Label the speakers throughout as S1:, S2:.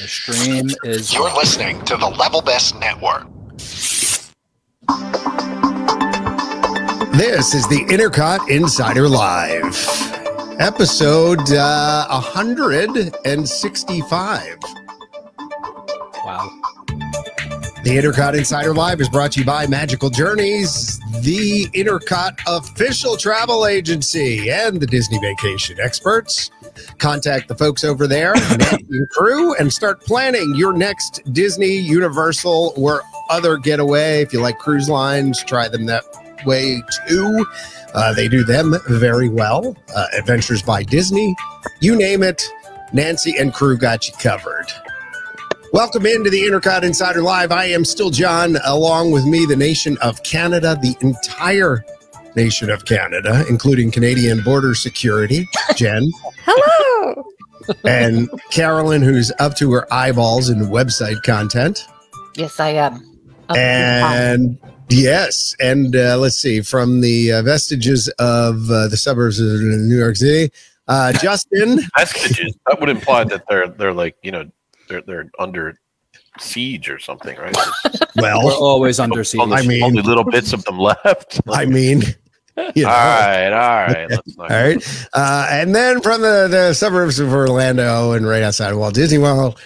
S1: The stream is.
S2: You're listening to the Level Best Network.
S3: This is the Intercot Insider Live, episode uh, 165.
S1: Wow.
S3: The Intercot Insider Live is brought to you by Magical Journeys, the Intercot official travel agency, and the Disney vacation experts. Contact the folks over there, Nancy and crew, and start planning your next Disney, Universal, or other getaway. If you like cruise lines, try them that way too. Uh, they do them very well. Uh, Adventures by Disney, you name it, Nancy and crew got you covered. Welcome into the Intercot Insider Live. I am still John, along with me, the nation of Canada, the entire nation of Canada, including Canadian border security, Jen,
S4: Hello.
S3: and Carolyn, who's up to her eyeballs in website content.
S4: Yes, I am. Up to five.
S3: And yes, and uh, let's see, from the uh, vestiges of uh, the suburbs of New York City, uh, Justin.
S5: vestiges. That would imply that they're they're like you know they're they're under siege or something, right? There's
S1: We're
S3: Well,
S1: always under siege.
S5: only,
S3: I mean-
S5: only little bits of them left.
S3: I mean, you know.
S5: all right, all right. Let's not.
S3: All right. Uh, and then from the, the suburbs of Orlando and right outside of Walt Disney World,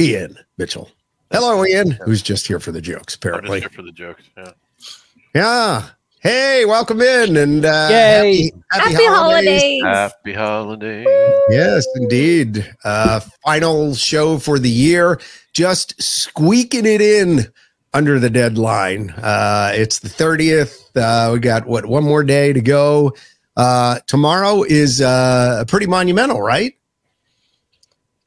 S3: Ian Mitchell. Hello, Ian, who's just here for the jokes,
S5: I'm just
S3: apparently.
S5: here for the jokes. Yeah.
S3: Yeah. Hey, welcome in and uh,
S1: Yay.
S4: Happy,
S5: Uh,
S4: holidays.
S5: Happy holiday.
S3: Yes, indeed. Uh, final show for the year. Just squeaking it in under the deadline. Uh, it's the 30th. Uh, we got what one more day to go. Uh, tomorrow is uh, pretty monumental, right?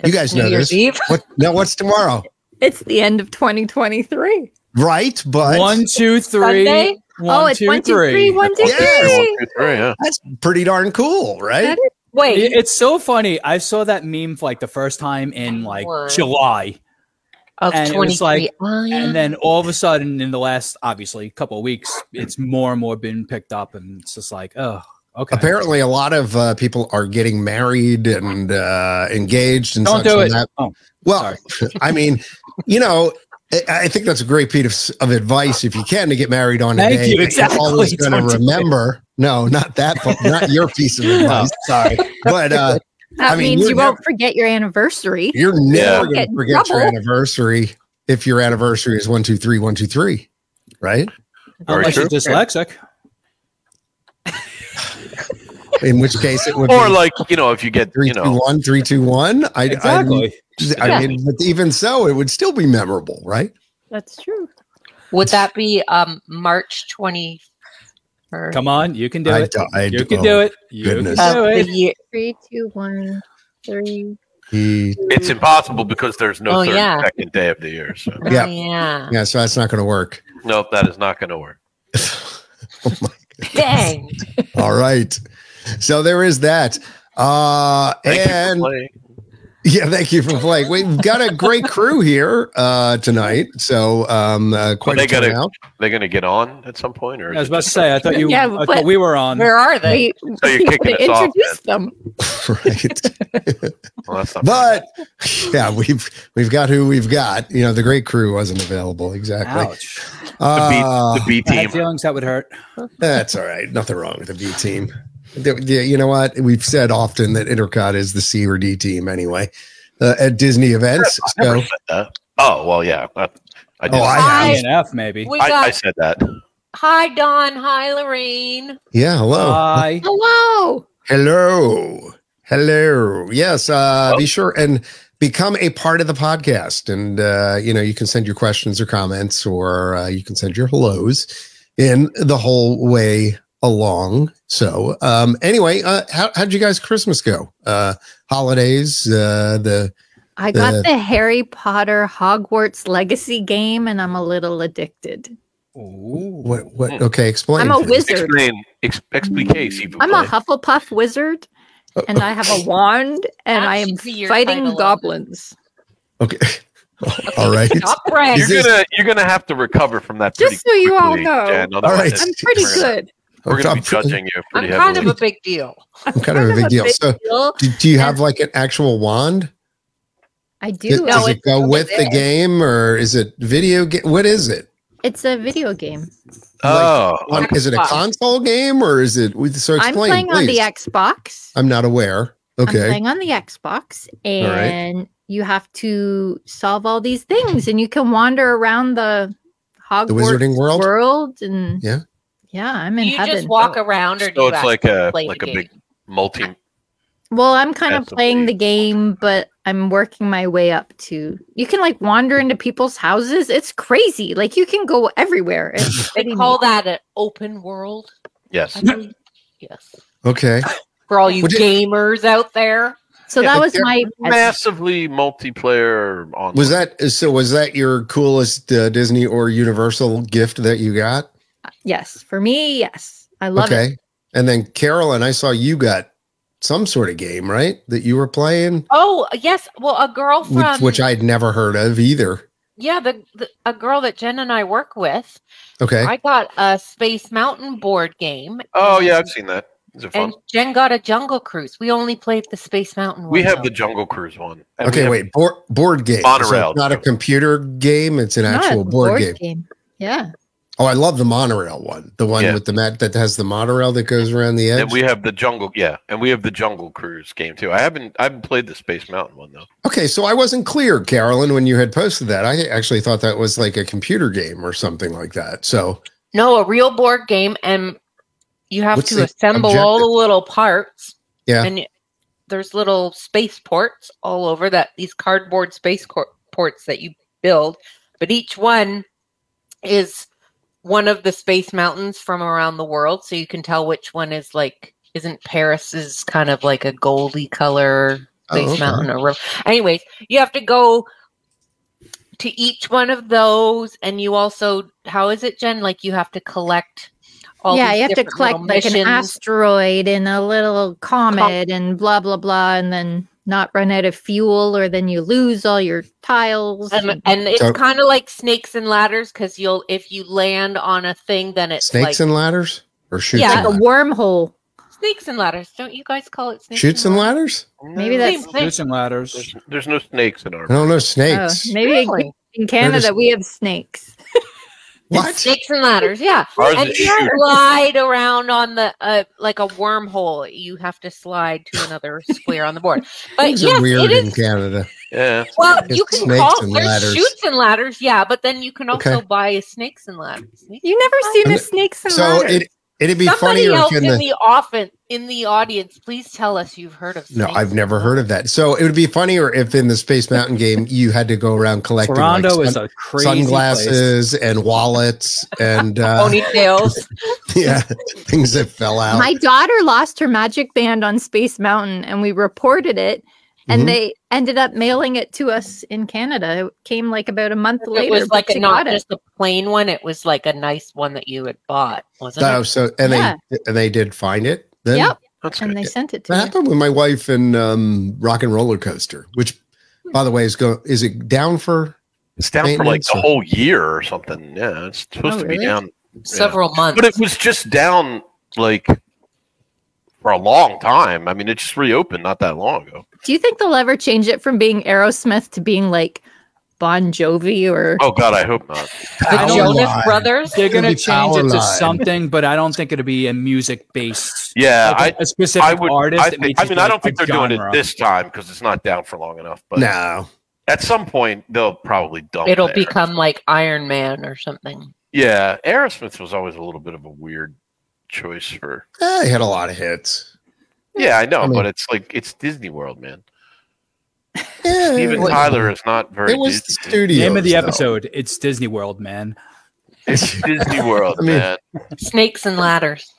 S3: You guys
S4: New
S3: know
S4: Year's
S3: this.
S4: Eve.
S3: What now? What's tomorrow?
S4: It's the end of 2023.
S3: Right, but
S1: One, two, three.
S4: Sunday? oh, it's one, two, three, one, two,
S3: Yes.
S4: three.
S5: One, two, three, yeah.
S3: that's pretty darn cool, right?
S4: That is- Wait,
S1: It- It's so funny. I saw that meme for like the first time in like
S4: Word.
S1: July.
S4: of
S1: and it
S4: 23.
S1: was like-
S4: oh, yeah.
S1: And then all of a sudden, in the last, obviously, couple of weeks, it's more and more been picked up. And it's just like, oh, okay.
S3: Apparently, a lot of uh, people are getting married and uh, engaged and
S1: Don't
S3: such
S1: do
S3: and
S1: it.
S3: that-
S1: Oh,
S3: Well, I mean, you know, I- I think that's a great piece of, of advice if you can to get married on a
S1: Thank
S3: day
S1: you,
S3: that
S1: exactly.
S3: you're always going
S1: Don't do
S3: to
S1: it.
S3: remember. No, not that, part, not your piece of advice. sorry, but uh,
S4: that
S3: I mean,
S4: means
S3: you're
S4: you won't forget your anniversary.
S3: you're never going
S4: Get
S3: to
S4: in
S3: forget your
S4: trouble.
S3: anniversary if your anniversary is one two three one two three, right?
S5: Very
S1: unless you're
S5: true.
S1: dyslexic.
S3: In which case it would
S5: Or
S3: be
S5: like you know, if you get
S3: three
S5: you
S3: two
S5: know
S3: one three two one. I
S1: Exactly.
S3: I, I mean, but even so, it would still be memorable, right?
S4: That's true.
S6: Would that be um March twenty first
S1: Come on. You can do
S3: I
S1: it.
S3: d- I d-
S1: you can
S3: oh,
S1: do it. You
S3: goodness.
S1: can
S6: of
S1: do
S6: the
S1: it.
S6: year?
S4: Three, two, one, three.
S3: He-
S5: it's impossible because there's no
S6: Oh,
S5: third
S6: yeah.
S5: second day of the year. So
S6: Oh,
S3: Yeah.
S6: yeah.
S3: yeah, so that's not going to work.
S5: nope, that is not going to work.
S6: Dang.
S3: All right. So there is that. Uh
S5: Thank
S3: and
S5: you for playing.
S3: yeah, thank you for playing. We've got a great crew here uh tonight. So um uh, quite
S5: they
S3: a
S5: gotta-
S3: turnout.
S5: They're going to get on at some point, or
S1: I was
S5: is it
S1: about to
S5: just-
S1: say, I thought you,
S4: Yeah,
S1: I
S4: but-
S1: thought we were on.
S4: Where are they?
S5: Um, So you're
S4: We
S5: kicking
S4: gotta
S5: us off,
S4: introduce them.
S3: right.
S5: Well, that's not
S3: But yeah, we've we've got who we've got. You know, the great crew wasn't available exactly.
S1: Ouch.
S3: Uh,
S5: the
S1: I
S5: B, the B
S1: had
S5: team.
S1: feelings that would hurt.
S3: that's all right. Nothing wrong with the B team. There- yeah, you know what? We've said often that Intercot is the C or D team anyway. Uh, at Disney events. So
S5: Never said that. Oh well, yeah. I, I did.
S3: Oh, I
S1: I
S6: Hi.
S1: and E F maybe.
S6: We
S5: I,
S6: got
S5: I said that.
S6: hi Don, hi Lorraine.
S3: yeah, hello.
S5: Uh,
S1: Hi.
S4: Hello.
S3: Hello. Hello. Yes. Uh,
S5: Hello.
S3: Be sure and become a part of the podcast. And, uh, you know, you can send your questions or comments or uh, you can send your hellos in the whole way along. So, um, anyway, uh, how, how'd you guys Christmas go? Uh, holidays, uh, the,
S4: I got
S3: Uh,
S4: the Harry Potter Hogwarts Legacy game, and I'm a little addicted.
S1: Ooh.
S3: what, what, okay, explain.
S4: I'm a
S3: please.
S4: wizard.
S5: Explain. Ex, explique. si vous
S4: Mm. I'm a
S5: plaît.
S4: Hufflepuff wizard,
S3: Oh,
S4: and I have a wand, and I am
S6: That should be your
S4: fighting
S6: title.
S4: goblins.
S3: Okay. All right.
S6: Top rank.
S3: Is
S5: You're
S3: this-
S5: gonna you're gonna have to recover from that.
S4: Just
S5: pretty
S4: so you all
S5: quickly,
S4: know,
S5: Jen,
S3: right.
S5: otherwise
S4: I'm pretty
S5: we're gonna-
S4: good.
S5: We're gonna be
S3: I'm-
S5: judging you
S6: I'm
S5: pretty
S6: kind of
S5: heavily.
S6: a big deal.
S3: I'm kind of a big deal. So,
S4: deal.
S3: do, do you have like an actual wand?
S4: I do.
S3: Does, does
S4: No,
S3: it
S4: it's-
S3: go with the
S6: there.
S3: game or is it video game? What is it?
S4: it's a video game.
S5: Oh,
S3: On- is it a
S6: Xbox.
S3: console game or is it? So explain,
S4: I'm playing
S3: please.
S4: on the Xbox.
S3: I'm not aware.
S4: I'm
S3: Okay.
S4: playing on the Xbox,
S3: right.
S4: and you have to solve all these things, and you can wander around the Hogwarts
S3: Wizarding World?
S4: and
S3: Yeah.
S4: yeah, I'm
S6: Do
S4: in
S6: you
S4: heaven.
S6: just walk around, or do
S5: so
S6: you
S5: it's
S6: actually
S5: like a
S6: play
S5: like
S6: the
S5: a
S6: game?
S5: big multi.
S4: well, I'm kind of
S5: Passively.
S4: playing the game, but I'm working my way up to. You can like wander into people's houses. It's crazy. Like you can go everywhere. It's
S6: They
S4: pretty
S6: call
S4: neat.
S6: that an open world. I
S5: Yes.
S6: believe. yes.
S3: Okay.
S4: Oh,
S6: For all you
S3: Would you-
S6: gamers out there,
S4: So
S3: yeah,
S4: that
S3: like
S4: was
S3: they're
S4: my
S5: Massively multiplayer on
S3: Was that so? Was that your coolest uh, Disney or Universal gift that you got?
S4: yes for me. Yes, I love it.
S3: okay. And then Carolyn, I saw you got some sort of game, right? That you were playing,
S6: oh yes, well, a girl from
S3: which, which I'd never heard of either.
S6: yeah, the, the a girl that Jen and I work with.
S3: Okay.
S6: I got a Space Mountain board game.
S5: Oh yeah,
S6: and-
S5: I've seen that. Is it fun?
S6: and Jen got a Jungle Cruise. We only played the Space Mountain.
S5: We
S6: one,
S5: have
S6: though.
S5: the Jungle Cruise one. And we
S3: okay.
S5: have-
S3: Wait. Board, board game. So it's
S5: Monorail.
S3: not a computer game. It's an
S4: No,
S3: actual
S4: it's a
S3: board, game.
S4: Yeah,
S3: Oh, I love the monorail one. The one
S5: Yeah.
S3: with the mat that has the monorail that goes around the edge.
S5: And we have the jungle, yeah, and we have the jungle cruise game too. I haven't, I haven't played the Space Mountain one though.
S3: okay. So I wasn't clear, Carolyn, when you had posted that. I actually thought that was like a computer game or something like that. So
S6: No, a real board game, and you have
S3: What's
S6: to
S3: the
S6: assemble all the
S3: objective?
S6: little parts.
S3: Yeah.
S6: and y- there's little space ports all over that these cardboard space cor- ports that you build, but each one is one of the space mountains from around the world, so you can tell which one is like isn't Paris's kind of like a goldy color
S3: Oh,
S6: Space
S3: okay.
S6: Mountain or River. Anyways, you have to go to each one of those, and you also, how is it, Jen? Like you have to collect all.
S4: yeah.
S6: these
S4: You have to
S6: different
S4: collect
S6: little
S4: like an
S6: missions.
S4: asteroid and a little comet and blah blah blah, and then not run out of fuel, or then you lose all your tiles.
S6: And, um, and it's
S3: So-
S6: kind of like snakes and ladders because you'll if you land on a thing, then it's
S3: Snakes
S6: like
S3: and ladders or shoots
S6: Yeah.
S4: like
S3: and
S4: a
S3: ladders?
S4: wormhole.
S6: snakes and ladders. Don't you guys call it snakes?
S3: Shoots and ladders?
S4: Maybe that's-
S6: Same thing.
S1: Shoots and ladders.
S5: There's, there's no snakes in
S3: I
S5: our.
S3: don't know.
S4: Oh,
S3: Snakes.
S4: maybe
S6: Really?
S4: in Canada we have snakes.
S3: What?
S6: Snakes and ladders, yeah.
S5: Ours
S6: And
S5: is
S6: you
S5: shoot.
S6: slide around on the uh, like a wormhole. You have to slide to another square on the board. But
S3: Things are
S6: yes,
S3: weird
S6: it
S3: in
S6: is
S3: Canada.
S5: Yeah,
S6: Well,
S3: It's
S6: you can
S3: snakes
S6: call
S3: and
S6: there's
S3: ladders.
S6: shoots and ladders, yeah, but then you can also
S3: Okay.
S6: buy snakes and ladders.
S4: You never seen
S3: I'm-
S4: a snakes and
S3: So
S4: ladders.
S3: it it'd be
S6: Somebody
S3: funnier
S6: else
S3: if in
S6: in
S3: the
S6: the often in the audience, please tell us you've heard of.
S3: no,
S6: snakes
S3: I've
S6: and
S3: never heard of that. So it would be funnier if in the Space Mountain game you had to go around collecting like,
S1: Toronto is
S3: sun-
S1: a crazy place. Oh,
S3: sunglasses and wallets and uh,
S6: ponytails.
S3: yeah, things that fell out.
S4: My daughter lost her magic band on Space Mountain, and we reported it. And
S3: Mhm.
S4: they ended up mailing it to us in Canada. It came like about a month later.
S6: it was
S4: but
S6: like
S4: she
S6: a, not
S4: got it.
S6: just a plain one; it was like a nice one that you had bought, wasn't
S3: So,
S6: it?
S3: so and
S4: Yeah.
S3: they and they did find it. Then
S4: Yep,
S5: that's
S4: and
S5: good.
S4: they sent it to
S3: That
S4: me.
S3: happened with my wife and um, Rock and Roller Coaster, which, by the way, is go is it down for?
S5: It's down for like
S3: Maintenance
S5: the
S3: or-
S5: whole year or something. Yeah, it's supposed
S4: Oh,
S5: to be
S4: really?
S5: down,
S6: Several months.
S5: but it was just down like for a long time. I mean, it just reopened not that long ago.
S4: Do you think they'll ever change it from being Aerosmith to being like Bon Jovi or?
S5: Oh God, I hope not.
S6: the
S1: don't
S6: Jonas
S3: lie.
S6: Brothers.
S1: They're
S3: gonna
S1: gonna
S3: be
S1: change it to
S3: Powerline.
S1: something, but I don't think it'll be a music based.
S5: Yeah, I.
S1: like a- a specific
S5: I would.
S1: artist.
S5: I,
S1: it
S5: think,
S1: may
S5: I
S1: just
S5: mean,
S1: be
S5: I
S1: like
S5: don't
S1: a
S5: think they're doing
S1: genre.
S5: it this time because it's not down for long enough. But
S3: No,
S5: at some point, they'll probably dump.
S6: It'll
S5: there.
S6: become like Iron Man or something.
S5: Yeah, Aerosmith was always a little bit of a weird choice for.
S3: Eh, they had a lot of hits.
S5: Yeah, I know,
S3: I mean-
S5: but it's like it's Disney World, man.
S3: Yeah,
S5: Steven
S3: it-
S5: Tyler is not very.
S3: It was the
S5: Disney.
S3: studio.
S1: Name of the episode: It's Disney World, man.
S5: It's Disney World,
S3: I mean,
S5: man.
S6: Snakes and ladders.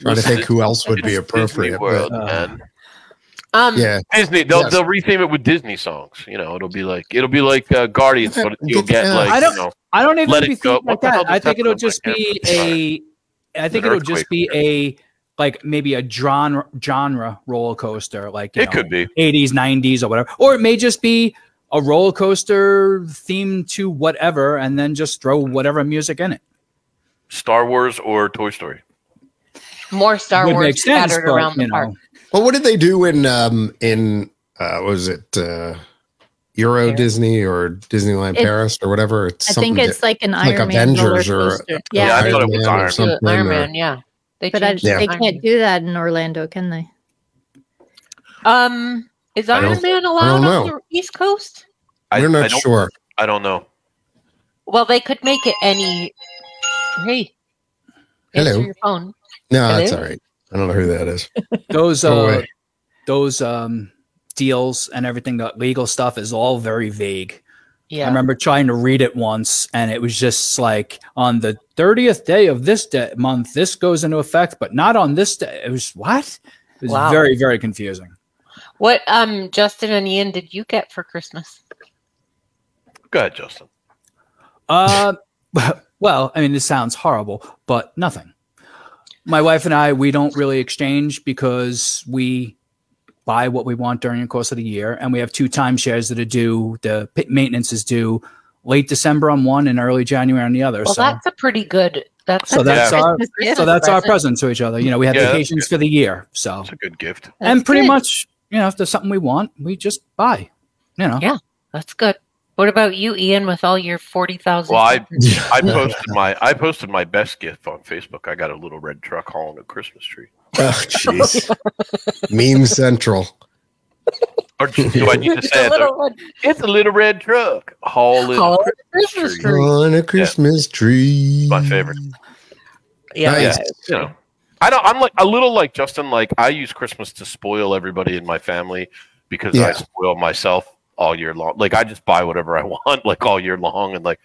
S3: Trying to think who else would be
S5: It's
S3: appropriate.
S5: Disney World,
S1: but-
S5: man.
S6: Um,
S3: but- yeah,
S5: Disney. They'll
S3: Yes.
S5: they'll retheme it with Disney songs. You know, it'll be like it'll be like uh, Guardians, but you'll get
S3: Yeah.
S5: like
S1: I don't-
S5: you know.
S1: I don't even
S5: Let it
S1: be
S5: go.
S1: thinking like
S5: What the hell
S1: that.
S5: just
S1: I think
S5: happened
S1: it'll
S5: with my
S1: just be a. I think
S5: An
S1: it'll just be a like maybe a genre genre roller coaster, like you
S5: It
S1: know,
S5: could be.
S1: eighties, nineties, or whatever, or it may just be a roller coaster themed to whatever, and then just throw whatever music in it.
S5: Star Wars or Toy Story.
S6: more Star
S1: Would
S6: Wars
S1: make sense,
S6: scattered
S1: but,
S6: around the
S1: you know,
S6: park.
S3: Well, what did they do in um in uh what was it uh Euro
S6: Paris.
S3: Disney or Disneyland
S4: It's-
S3: Paris or whatever. It's
S4: I
S3: something
S4: think it's like an
S3: like
S4: Iron Man roller
S3: Avengers or-
S4: coaster.
S3: that-
S5: Yeah,
S4: Yeah,
S5: I thought it was
S3: Man or
S5: Iron Man.
S6: Iron
S3: something or-
S6: Man, yeah. They
S4: but I,
S6: changed
S4: they
S6: Iron
S4: can't do that in Orlando, can they?
S6: Man. Um, is
S3: I don't-
S6: Iron Man
S3: don't
S6: allowed on
S3: know.
S6: the East Coast?
S5: I,
S3: We're
S5: I
S3: not
S5: don't,
S3: sure.
S5: I don't know.
S6: Well, they could make it any. Hey.
S3: Hello.
S6: answer Your phone.
S3: No, that's
S6: Hello?
S3: all right. I don't know who that is.
S1: Those
S3: Go
S1: uh,
S3: away.
S1: those um, deals and everything, the legal stuff is all very vague. I
S6: Yeah.
S1: remember trying to read it once, and it was just like on the thirtieth day of this de- month, this goes into effect, but not on this day. It was what? It was
S6: Wow.
S1: very, very confusing.
S6: What um Justin and Ian did you get for Christmas?
S5: Go ahead, Justin.
S1: Uh, well, I mean, this sounds horrible, but nothing. My wife and I, we don't really exchange because we buy what we want during the course of the year, and we have two timeshares that are due. The p- maintenance is due late December on one and early January on the other.
S6: Well,
S1: so,
S6: that's a pretty good. That's
S1: so
S6: a
S1: that's
S5: Yeah.
S1: our
S4: Christmas gift.
S1: so that's our present to each other. You know, we have
S5: Yeah, that's
S1: vacations for the year, so
S5: It's a good gift.
S4: That's
S1: and pretty
S4: good.
S1: much, you know, if there's something we want, we just buy. You know,
S6: Yeah. that's good. What about you, Ian? With all your forty thousand?
S5: Well, I I posted my I posted my best gift on Facebook. I got a little red truck hauling a Christmas tree.
S3: Oh, jeez. Meme Central.
S5: Or do I need to say it? though? It's a little red truck hauling.
S6: Hauling
S5: a
S6: Christmas
S5: Christmas tree.
S6: tree.
S3: On a Christmas tree.
S5: My favorite.
S6: yeah,
S3: Nice.
S5: you know, I don't. I'm like a little like Justin. Like I use Christmas to spoil everybody in my family because I
S3: Yeah.
S5: spoil myself all year long. Like I just buy whatever I want, like all year long, and like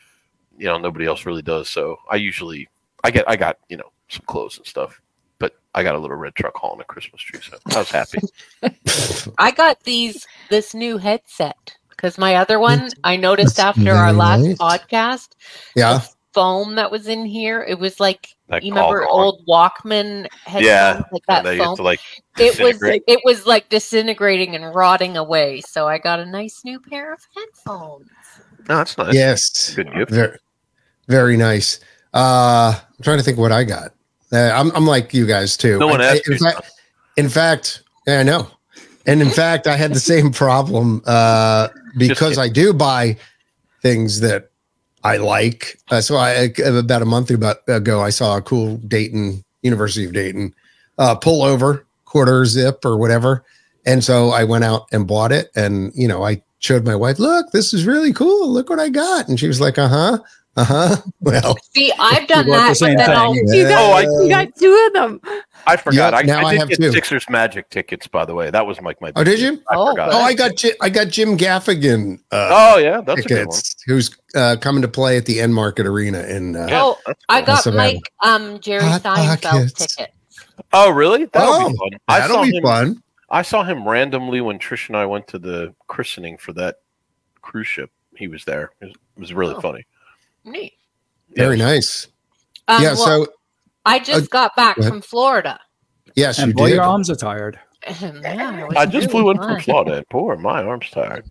S5: you know nobody else really does. So I usually I get I got you know some clothes and stuff, but I got a little red truck hauling a Christmas tree, so I was happy.
S6: I got these this new headset because my other one I noticed
S3: That's
S6: after our
S3: very
S6: last
S3: nice.
S6: podcast
S3: Yeah.
S6: foam that was in here. It was like
S5: Like
S6: you
S5: all
S6: remember
S5: gone.
S6: old Walkman headphones,
S5: Yeah,
S6: like
S5: and
S6: that
S5: they used
S6: foam.
S5: to like
S6: it was
S5: disintegrate.
S6: it was like disintegrating and rotting away. So I got a nice new pair of headphones.
S5: No, that's nice.
S3: Yes.
S5: Good gift.
S3: Very, very nice. Uh, I'm trying to think what I got. Uh, I'm, I'm like you guys too.
S5: No one
S3: I- I-
S5: asked
S3: in,
S5: you.
S3: fact, in fact, yeah, I know. And in fact, I had the same problem uh, because I do buy things that I like. Uh, so I about a month about- ago, I saw a cool Dayton University of Dayton uh, pullover quarter zip or whatever, and so I went out and bought it. And you know, I showed my wife, "Look, this is really cool. Look what I got." And she was like, "Uh huh, uh huh." Well,
S6: See, I've done
S1: bought the
S6: that,
S1: same
S6: but then
S1: thing.
S6: I'll
S4: You got,
S5: Oh, I-
S4: you got two of them.
S5: I forgot.
S3: Yeah,
S5: I,
S3: now
S5: I
S3: I
S5: did
S3: have
S5: get
S3: two.
S5: Sixers Magic tickets, by the way. That was like my.
S3: Oh,
S5: big
S3: did you?
S5: gift. I
S6: Oh,
S5: forgot.
S3: oh, I got Ji- I got Jim Gaffigan. Uh,
S5: Oh, yeah, that's a good one.
S3: tickets, who's uh, coming to play at the End Market Arena in uh,
S5: Yeah,
S6: Oh,
S5: that's
S6: I
S5: cool.
S6: got
S3: Awesome,
S6: Mike um Jerry
S3: Hot
S6: Seinfeld
S3: pockets.
S6: ticket.
S5: Oh, really? That'll
S3: Oh,
S5: be fun. I
S3: That'll
S5: saw
S3: be
S5: him,
S3: fun.
S5: I saw him randomly when Trish and I went to the christening for that cruise ship. He was there. It was, it was really
S6: Oh.
S5: funny.
S6: Neat.
S3: Very
S5: Yeah.
S3: nice.
S6: Um,
S3: yeah.
S6: well,
S3: so
S6: I just
S3: uh,
S6: got back
S3: go ahead.
S6: from Florida.
S3: yes,
S1: and
S3: you
S1: boy,
S3: did.
S1: your arms are tired.
S6: Yeah, it
S5: I
S6: was really
S5: just flew in from
S6: fun.
S5: Florida. Poor, my arm's tired.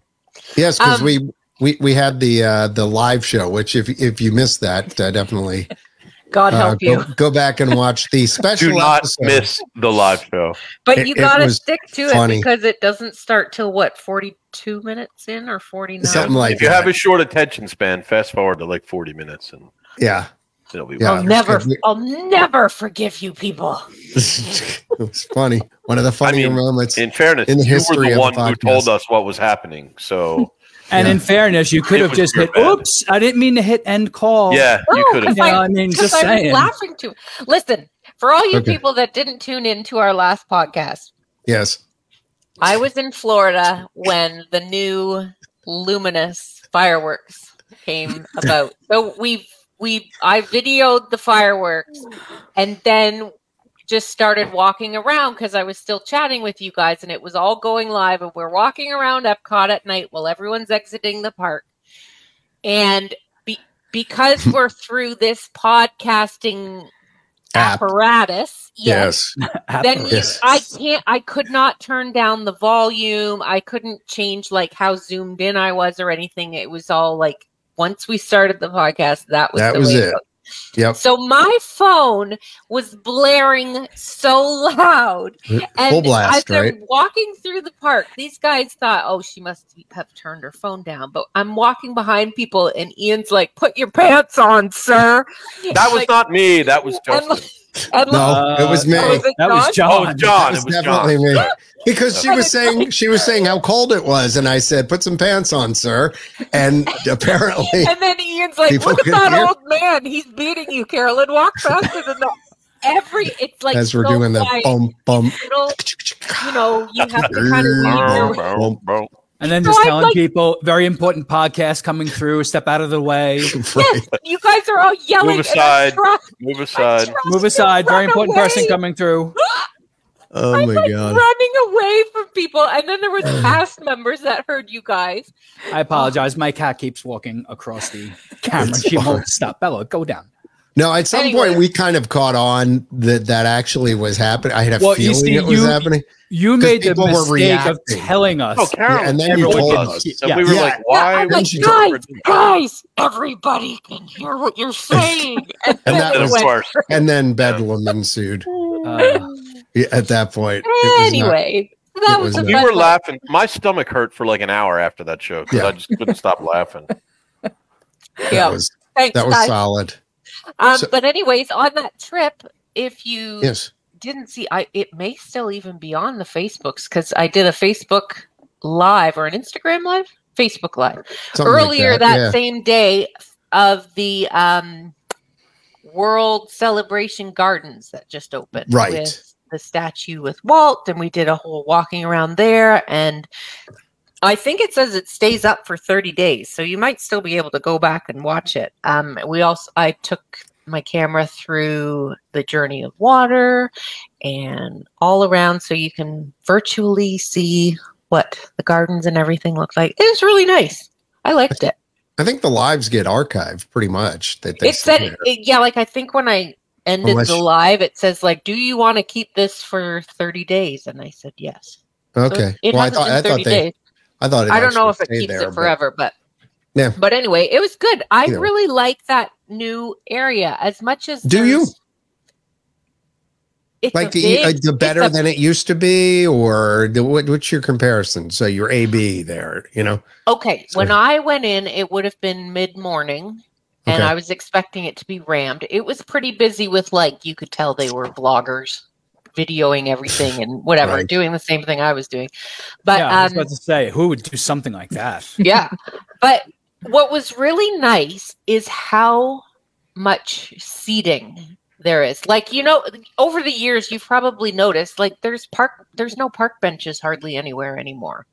S3: Yes, because
S6: Um,
S3: we. We, we had the uh, the live show, which if if you missed that, uh, definitely
S6: God
S3: uh,
S6: help you.
S3: go, go back and watch the special.
S5: Do not
S3: episode.
S5: miss the live show.
S6: But
S3: it-
S6: you
S3: it
S6: got to
S3: was
S6: stick to
S3: funny.
S6: it because it doesn't start till what, 42 minutes in or 49?
S3: something like
S5: If you
S3: that.
S5: have a short attention span, fast forward to like 40 minutes and
S3: yeah,
S5: it'll be
S3: Yeah.
S6: I'll never,
S3: Because we-
S6: I'll never forgive you people.
S3: it was funny. One of the funnier
S5: mean,
S3: moments.
S5: In fairness,
S3: In the
S5: you were
S3: history of
S5: the
S3: the
S5: one who
S3: podcast.
S5: told us what was happening. So,
S1: And
S3: Yeah.
S1: in fairness, you could
S5: It
S1: have
S5: was
S1: just
S5: your
S1: hit.
S5: bad.
S1: Oops, I didn't mean to hit end
S6: Oh.
S1: call.
S5: yeah, you
S6: No,
S5: could
S1: You
S5: have.
S1: know,
S6: I-
S1: I, mean,
S6: Because
S1: just
S6: I was
S1: saying.
S6: laughing too. Listen, for all you
S3: Okay.
S6: people that didn't tune in to our last podcast,
S3: yes,
S6: I was in Florida when the new luminous fireworks came about. So we we I videoed the fireworks and then just started walking around because I was still chatting with you guys and it was all going live and we're walking around Epcot at night while everyone's exiting the park. And be, because we're through this podcasting
S3: App.
S6: apparatus, yes,
S3: yes,
S6: then you,
S3: Yes.
S6: I can't. I could not turn down the volume. I couldn't change like how zoomed in I was or anything. It was all like once we started the podcast, that was
S3: That
S6: the
S3: was
S6: way
S3: it.
S6: goes.
S3: Yep.
S6: So my phone was blaring so loud. And
S3: Full blast,
S6: as they're
S3: right?
S6: walking through the park, these guys thought, oh, she must have turned her phone down. But I'm walking behind people, and Ian's like, put your pants on, sir.
S5: That was
S6: Like,
S5: not me. That was
S6: and
S5: Justin.
S6: like- and like-
S3: No, it was me.
S6: Oh, is it
S1: that was John.
S5: Oh, it was John.
S3: It's
S5: It was
S3: definitely
S5: John.
S3: me.
S5: Sorry.
S3: Because she was saying she was saying how cold it was, and I said, "Put some pants on, sir." And apparently,
S6: And then Ian's like,
S3: People
S6: look at
S3: can
S6: that
S3: hear.
S6: old man. He's beating you, Carolyn. Walk faster than that. Every it's like
S3: as we're
S6: so
S3: doing the
S6: quiet,
S3: bump bump,
S6: little, you know, you have to kind of read
S5: Bow,
S3: Bum,
S6: your way.
S5: bow, bow.
S1: And then
S6: So
S1: just
S6: I'd
S1: telling
S6: like-
S1: people very important podcast coming through, step out of the way,
S3: right?
S6: Yes, you guys are all yelling.
S5: Move
S6: and I'm
S5: aside.
S6: trying-
S5: Move
S6: I'm
S5: aside.
S6: trying
S1: move
S6: to
S1: aside, very
S6: run
S1: important
S6: away.
S1: person coming through.
S3: Oh
S6: I'm
S3: my
S6: like
S3: god!
S6: running away from people, and then there was cast members that heard you guys.
S1: I apologize. My cat keeps walking across the camera.
S3: It's
S1: she
S3: fine.
S1: won't stop. Bella, go down.
S3: No, at some
S6: Anyway.
S3: point we kind of caught on that that actually was happening. I had a
S1: Well, you
S3: feeling
S1: see,
S3: it was
S1: you-
S3: happening.
S1: You
S3: 'Cause
S1: made the
S3: people were
S1: mistake of
S3: reacting.
S1: telling us.
S5: Oh, Carolyn.
S3: and then you
S5: Everyone
S3: told
S5: does.
S1: us.
S5: And
S1: Yeah.
S5: we were
S3: Yeah.
S5: like, why?
S6: I'm
S5: would
S6: like,
S5: she
S6: guys,
S5: ever do that?
S6: guys, everybody can hear what you're saying. And,
S3: And that
S6: it
S5: And of
S3: was-
S6: went-
S5: course,
S3: And then bedlam ensued
S1: Uh,
S3: Yeah, at that point. it was not-
S6: Anyway, that
S3: it
S6: was,
S3: was
S6: a
S3: not-
S5: we
S6: fun
S5: were
S6: one.
S5: laughing. My stomach hurt for like an hour after that show because
S3: Yeah.
S5: I just couldn't stop laughing.
S6: Yeah,
S3: that was
S6: thanks,
S3: that was
S6: guys.
S3: solid.
S6: Um,
S3: so-
S6: but anyways, on that trip, if you
S3: Yes.
S6: didn't see, I it may still even be on the Facebooks because I did a Facebook live or an Instagram live, Facebook live
S3: something like
S6: earlier that, same day of the um, World Celebration Gardens that just opened.
S3: Right.
S6: with the statue with Walt, and we did a whole walking around there. And I think it says it stays up for 30 days, so you might still be able to go back and watch it. Um, we also I took my camera through the journey of water and all around so you can virtually see what the gardens and everything looked like. It was really nice. I liked it.
S3: I think the lives get archived pretty much. That they
S6: It said,
S3: said
S6: it- yeah, like I think when I ended
S3: Unless-
S6: the live, it says like, "Do you want to keep this for thirty days?" And I said yes. So
S3: okay.
S6: it
S3: well, I
S6: hasn't
S3: thought
S6: been
S3: I thought
S6: thirty
S3: they
S6: days.
S3: I thought it
S6: I don't
S3: actually
S6: know if it
S3: stayed
S6: keeps
S3: there,
S6: it
S3: but-
S6: forever, but
S3: Yeah.
S6: But anyway, it was good. I
S3: Either way.
S6: really like that new area as much as
S3: Do you?
S6: there's- It's
S3: like
S6: like
S3: the
S6: big,
S3: uh, the better
S6: a-
S3: than it used to be, or the, what, what's your comparison? So your AB there, you know.
S6: Okay,
S3: So-
S6: when I went in, it would have been mid morning, and
S3: Okay.
S6: I was expecting it to be rammed. It was pretty busy with like you could tell they were vloggers, videoing everything and whatever,
S3: Right.
S6: doing the same thing I was doing. But
S1: yeah, I was
S6: um,
S1: about to say, who would do something like that?
S6: yeah, but what was really nice is how much seating there is. Like you know, over the years, you've probably noticed like there's park, there's no park benches hardly anywhere anymore,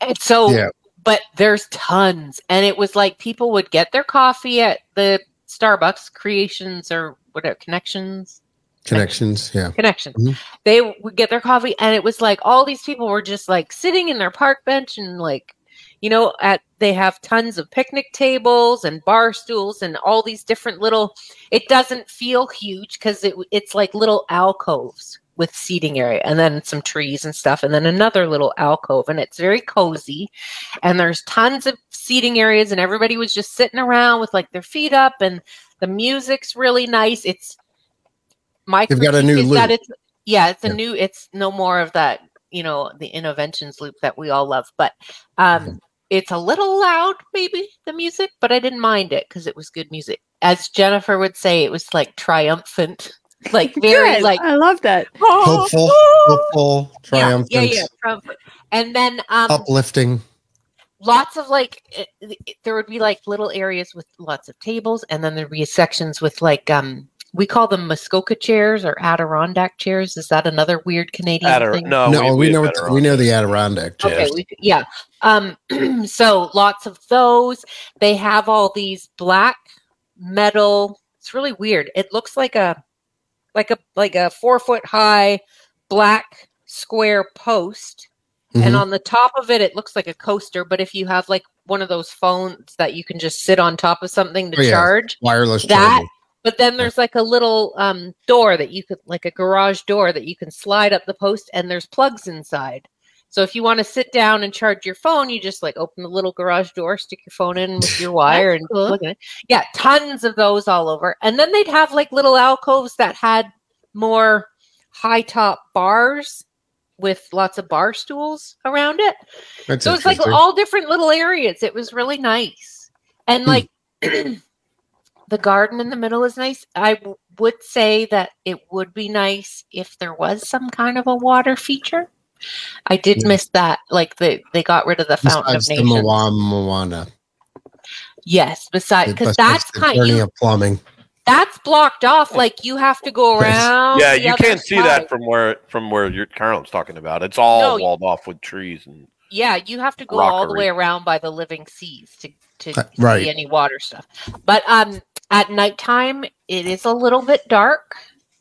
S6: and so
S3: Yeah.
S6: but there's tons and it was like people would get their coffee at the starbucks creations or whatever connections
S3: Connections, yeah.
S6: connections
S3: Mhm.
S6: they would get their coffee and it was like all these people were just like sitting in their park bench and like you know at they have tons of picnic tables and bar stools and all these different little it doesn't feel huge because it, it's like little alcoves with seating area and then some trees and stuff and then another little alcove and it's very cozy and there's tons of seating areas and everybody was just sitting around with like their feet up and the music's really nice it's my
S3: They've got a
S6: critique
S3: new
S6: is that
S3: loop.
S6: it's yeah it's a
S3: Yeah.
S6: new it's no more of that you know the interventions loop that we all love but
S3: Mm-hmm.
S6: um it's a little loud maybe the music but i didn't mind it because it was good music as jennifer would say it was like triumphant like very
S4: Good.
S6: like "Oh,
S4: I love that.
S3: Hopeful, hopeful,
S6: yeah,
S3: triumphant,
S6: yeah, yeah, triumphant. And then um,
S3: uplifting.
S6: lots of like it- it- there would be like little areas with lots of tables and then there'd be sections with like um we call them muskoka chairs or adirondack chairs is that another weird canadian
S5: Adder-
S6: thing
S5: no,
S3: no, Oh, we, know
S5: had
S3: what
S5: better
S3: we
S5: on.
S3: know the Adirondack chairs.
S6: okay we, yeah um so lots of those they have all these black metal it's really weird it looks like a like a like a four foot high black square post and
S3: Mhm.
S6: on the top of it it looks like a coaster but if you have like one of those phones that you can just sit on top of something to
S3: Oh, yeah.
S6: charge
S3: wireless
S6: that-
S3: charger.
S6: but then there's like a little um, door that you could like a garage door that you can slide up the post and there's plugs inside So if you want to sit down and charge your phone, you just like open the little garage door, stick your phone in with your wire, and
S4: cool.
S6: plug it in. Yeah, tons of those all over. And then they'd have like little alcoves that had more high top bars with lots of bar stools around it.
S3: That's
S6: So it's like
S3: interesting.
S6: all different little areas. It was really nice. And
S3: Hmm.
S6: like the garden in the middle is nice. I w- would say that it would be nice if there was some kind of a water feature. I did
S3: Yeah.
S6: miss that. Like the, they got rid of the Fountain
S3: Besides
S6: of
S3: the
S6: Nations.
S3: Moana, Moana.
S6: Yes, besides because
S3: Besides
S6: that's
S3: the
S6: kind
S3: burning
S6: you,
S3: of plumbing.
S6: that's blocked off. Like you have to go
S3: Yes.
S6: around.
S5: yeah,
S6: the
S5: you
S6: other
S5: can't see
S6: side.
S5: that from where from where your Carolyn's talking about. It's all
S6: No,
S5: walled off with trees and
S6: Yeah, you have to go all the
S5: Rockery.
S6: way around by the living seas to to
S3: Uh, right.
S6: see any water stuff. But um, at nighttime, it is a little bit dark.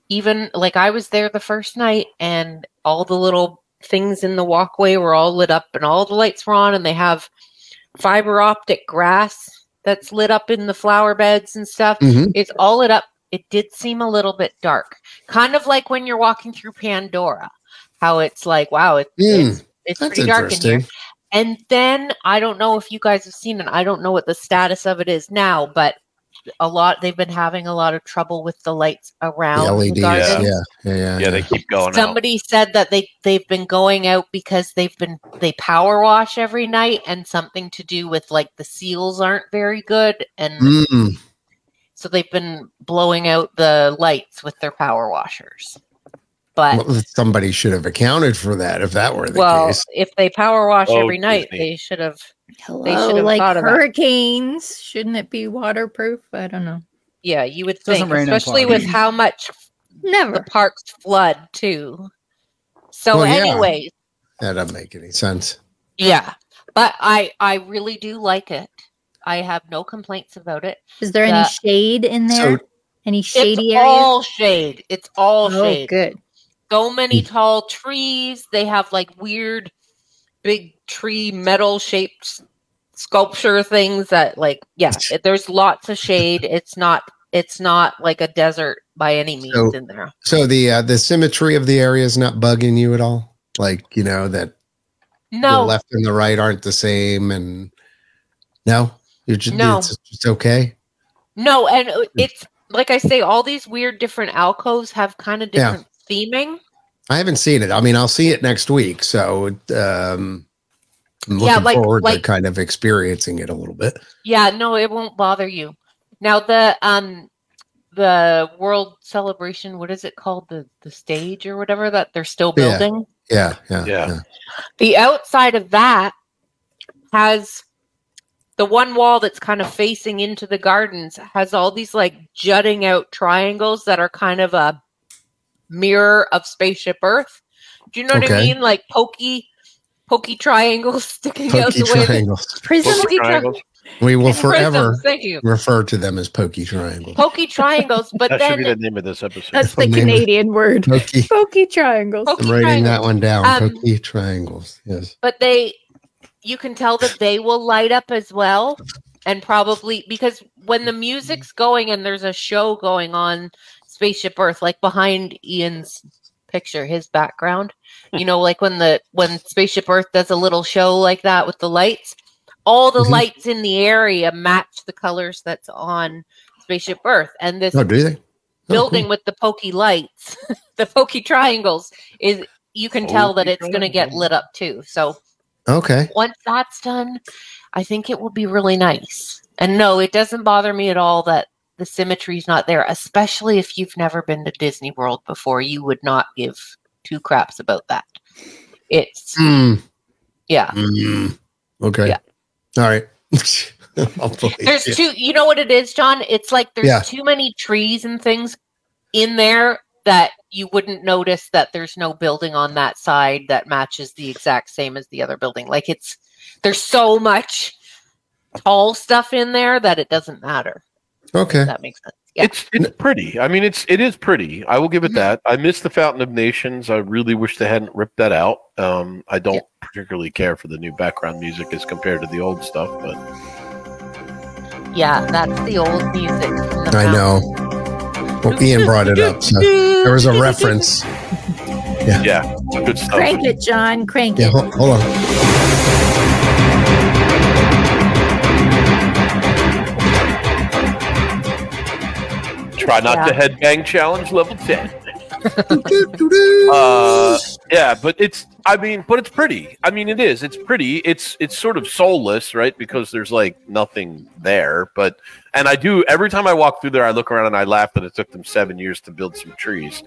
S6: Even like I was there the first night, and all the little things in the walkway were all lit up, and all the lights were on, and they have fiber optic grass that's lit up in the flower beds and stuff.
S3: hmm
S6: It's all lit up. It did seem a little bit dark, kind of like when you're walking through Pandora, how it's like, wow, it, it's it's
S3: Hmm. that's
S6: pretty dark in here.
S3: interesting.
S6: And then I don't know if you guys have seen it. I don't know what the status of it is now, but a lot they've been having a lot of trouble with the lights around
S3: The LEDs. E
S6: the
S3: Yeah.
S6: garden.
S3: Yeah. Yeah. yeah,
S5: yeah, Oh, they keep going out.
S6: Somebody said that they they've been going out because they've been they power wash every night and something to do with like the seals aren't very good and
S3: Mm.
S6: so they've been blowing out the lights with their power washers. But
S3: Well, somebody should have accounted for that if that were the
S6: well,
S3: case.
S6: if they power wash
S5: Oh,
S6: every night,
S5: Disney.
S6: they should have
S4: Hello,
S6: have
S4: like
S6: thought about it.
S4: hurricanes. Shouldn't it be waterproof? I don't know.
S6: Yeah, you would
S1: Doesn't
S6: think,
S1: rain in
S6: especially
S1: Florida.
S6: with how much the
S4: Never.
S6: parks flood too. So,
S3: Well, Oh, yeah.
S6: anyways,
S3: That doesn't make any sense.
S6: yeah. but I I really do like it. I have no complaints about it.
S4: Is there any
S6: The-
S4: shade in there?
S3: So
S4: any
S6: it's
S4: shady area?
S6: all shade. It's all
S4: oh,
S6: shade.
S4: good.
S6: So many tall trees. They have like weird, big tree metal shaped sculpture things that like yeah. it- There's lots of shade. It's not. It's not like a desert by any means
S3: So-
S6: in there.
S3: So the uh, the symmetry of the area is not bugging you at all. Like you know that the
S6: No,
S3: left and the right aren't the same, and no, you're just
S6: No.
S3: it's just okay.
S6: No, and uh, it's like I say, all these weird different alcoves have kind of
S3: Yeah.
S6: different theming.
S3: I haven't seen it. I mean, I'll see it next week. So um, I'm looking
S6: Yeah, like-
S3: forward to
S6: like-
S3: kind of experiencing it a little bit.
S6: Yeah, no, it won't bother you. Now the um the world celebration, what is it called? The the stage or whatever that they're still
S3: Yeah.
S6: building.
S3: Yeah, yeah,
S5: Yeah.
S6: The outside of that has the one wall that's kind of facing into the gardens has all these like jutting out triangles that are kind of a mirror of spaceship earth. Do you know what I
S3: Okay.
S6: mean? Like pokey pokey triangles sticking out
S3: Pokey
S6: the way. that-
S3: triangles.
S4: Prism.
S5: Pokey
S6: Somebody got-
S5: triangles.
S3: We will
S6: Prisms,
S3: forever
S6: Thank you.
S3: refer to them as pokey triangles.
S6: Pokey triangles, but
S5: That should
S6: then
S5: be the name of this episode.
S4: That's the
S3: Name it.
S4: Canadian word.
S3: Pokey.
S4: Pokey triangles.
S6: pokey
S3: I'm writing that
S6: triangles,
S3: one down.
S6: Um,
S3: pokey triangles. Yes.
S6: but they you can tell that they will light up as well and probably because when the music's going and there's a show going on spaceship earth like behind ian's picture his background you know like when the when spaceship earth does a little show like that with the lights all the
S3: Mhm.
S6: lights in the area match the colors that's on spaceship earth and this
S3: Oh, do they? Oh,
S6: building with the pokey lights, the pokey triangles is you can tell that
S5: Pokey
S6: it's going to get
S5: triangles.
S6: lit up too. So
S3: cool. Okay.
S6: once that's done, I think it will be really nice. And no, it doesn't bother me at all that the symmetry's not there, especially if you've never been to Disney World before, you would not give two craps about that. It's
S3: Mm.
S6: yeah.
S3: Mm. Okay.
S6: Yeah.
S3: All right. I'll believe
S6: There's
S3: you.
S6: too you know what it is, John? It's like there's
S3: Yeah.
S6: too many trees and things in there that you wouldn't notice that there's no building on that side that matches the exact same as the other building. Like it's there's so much tall stuff in there that it doesn't matter.
S3: Okay.
S6: If that makes sense. Yeah.
S5: It's it's pretty. I mean, it's it is pretty. I will give it
S6: Mhm.
S5: that. I miss the Fountain of Nations. I really wish they hadn't ripped that out. Um, I don't
S6: Yeah.
S5: particularly care for the new background music as compared to the old stuff, but
S6: Yeah, that's the old music. From the
S3: I know. Well, Ian brought it up. So there was a reference.
S5: Yeah, good stuff.
S4: Crank it, John. Crank
S3: Yeah,
S4: it.
S3: hold, hold on.
S5: Try not to headbang challenge level ten. Uh, yeah, but it's I mean, but it's pretty. I mean, it is. It's pretty. It's it's sort of soulless, right? Because there's like nothing there. But and I do every time I walk through there, I look around and I laugh that it took them seven years to build some trees.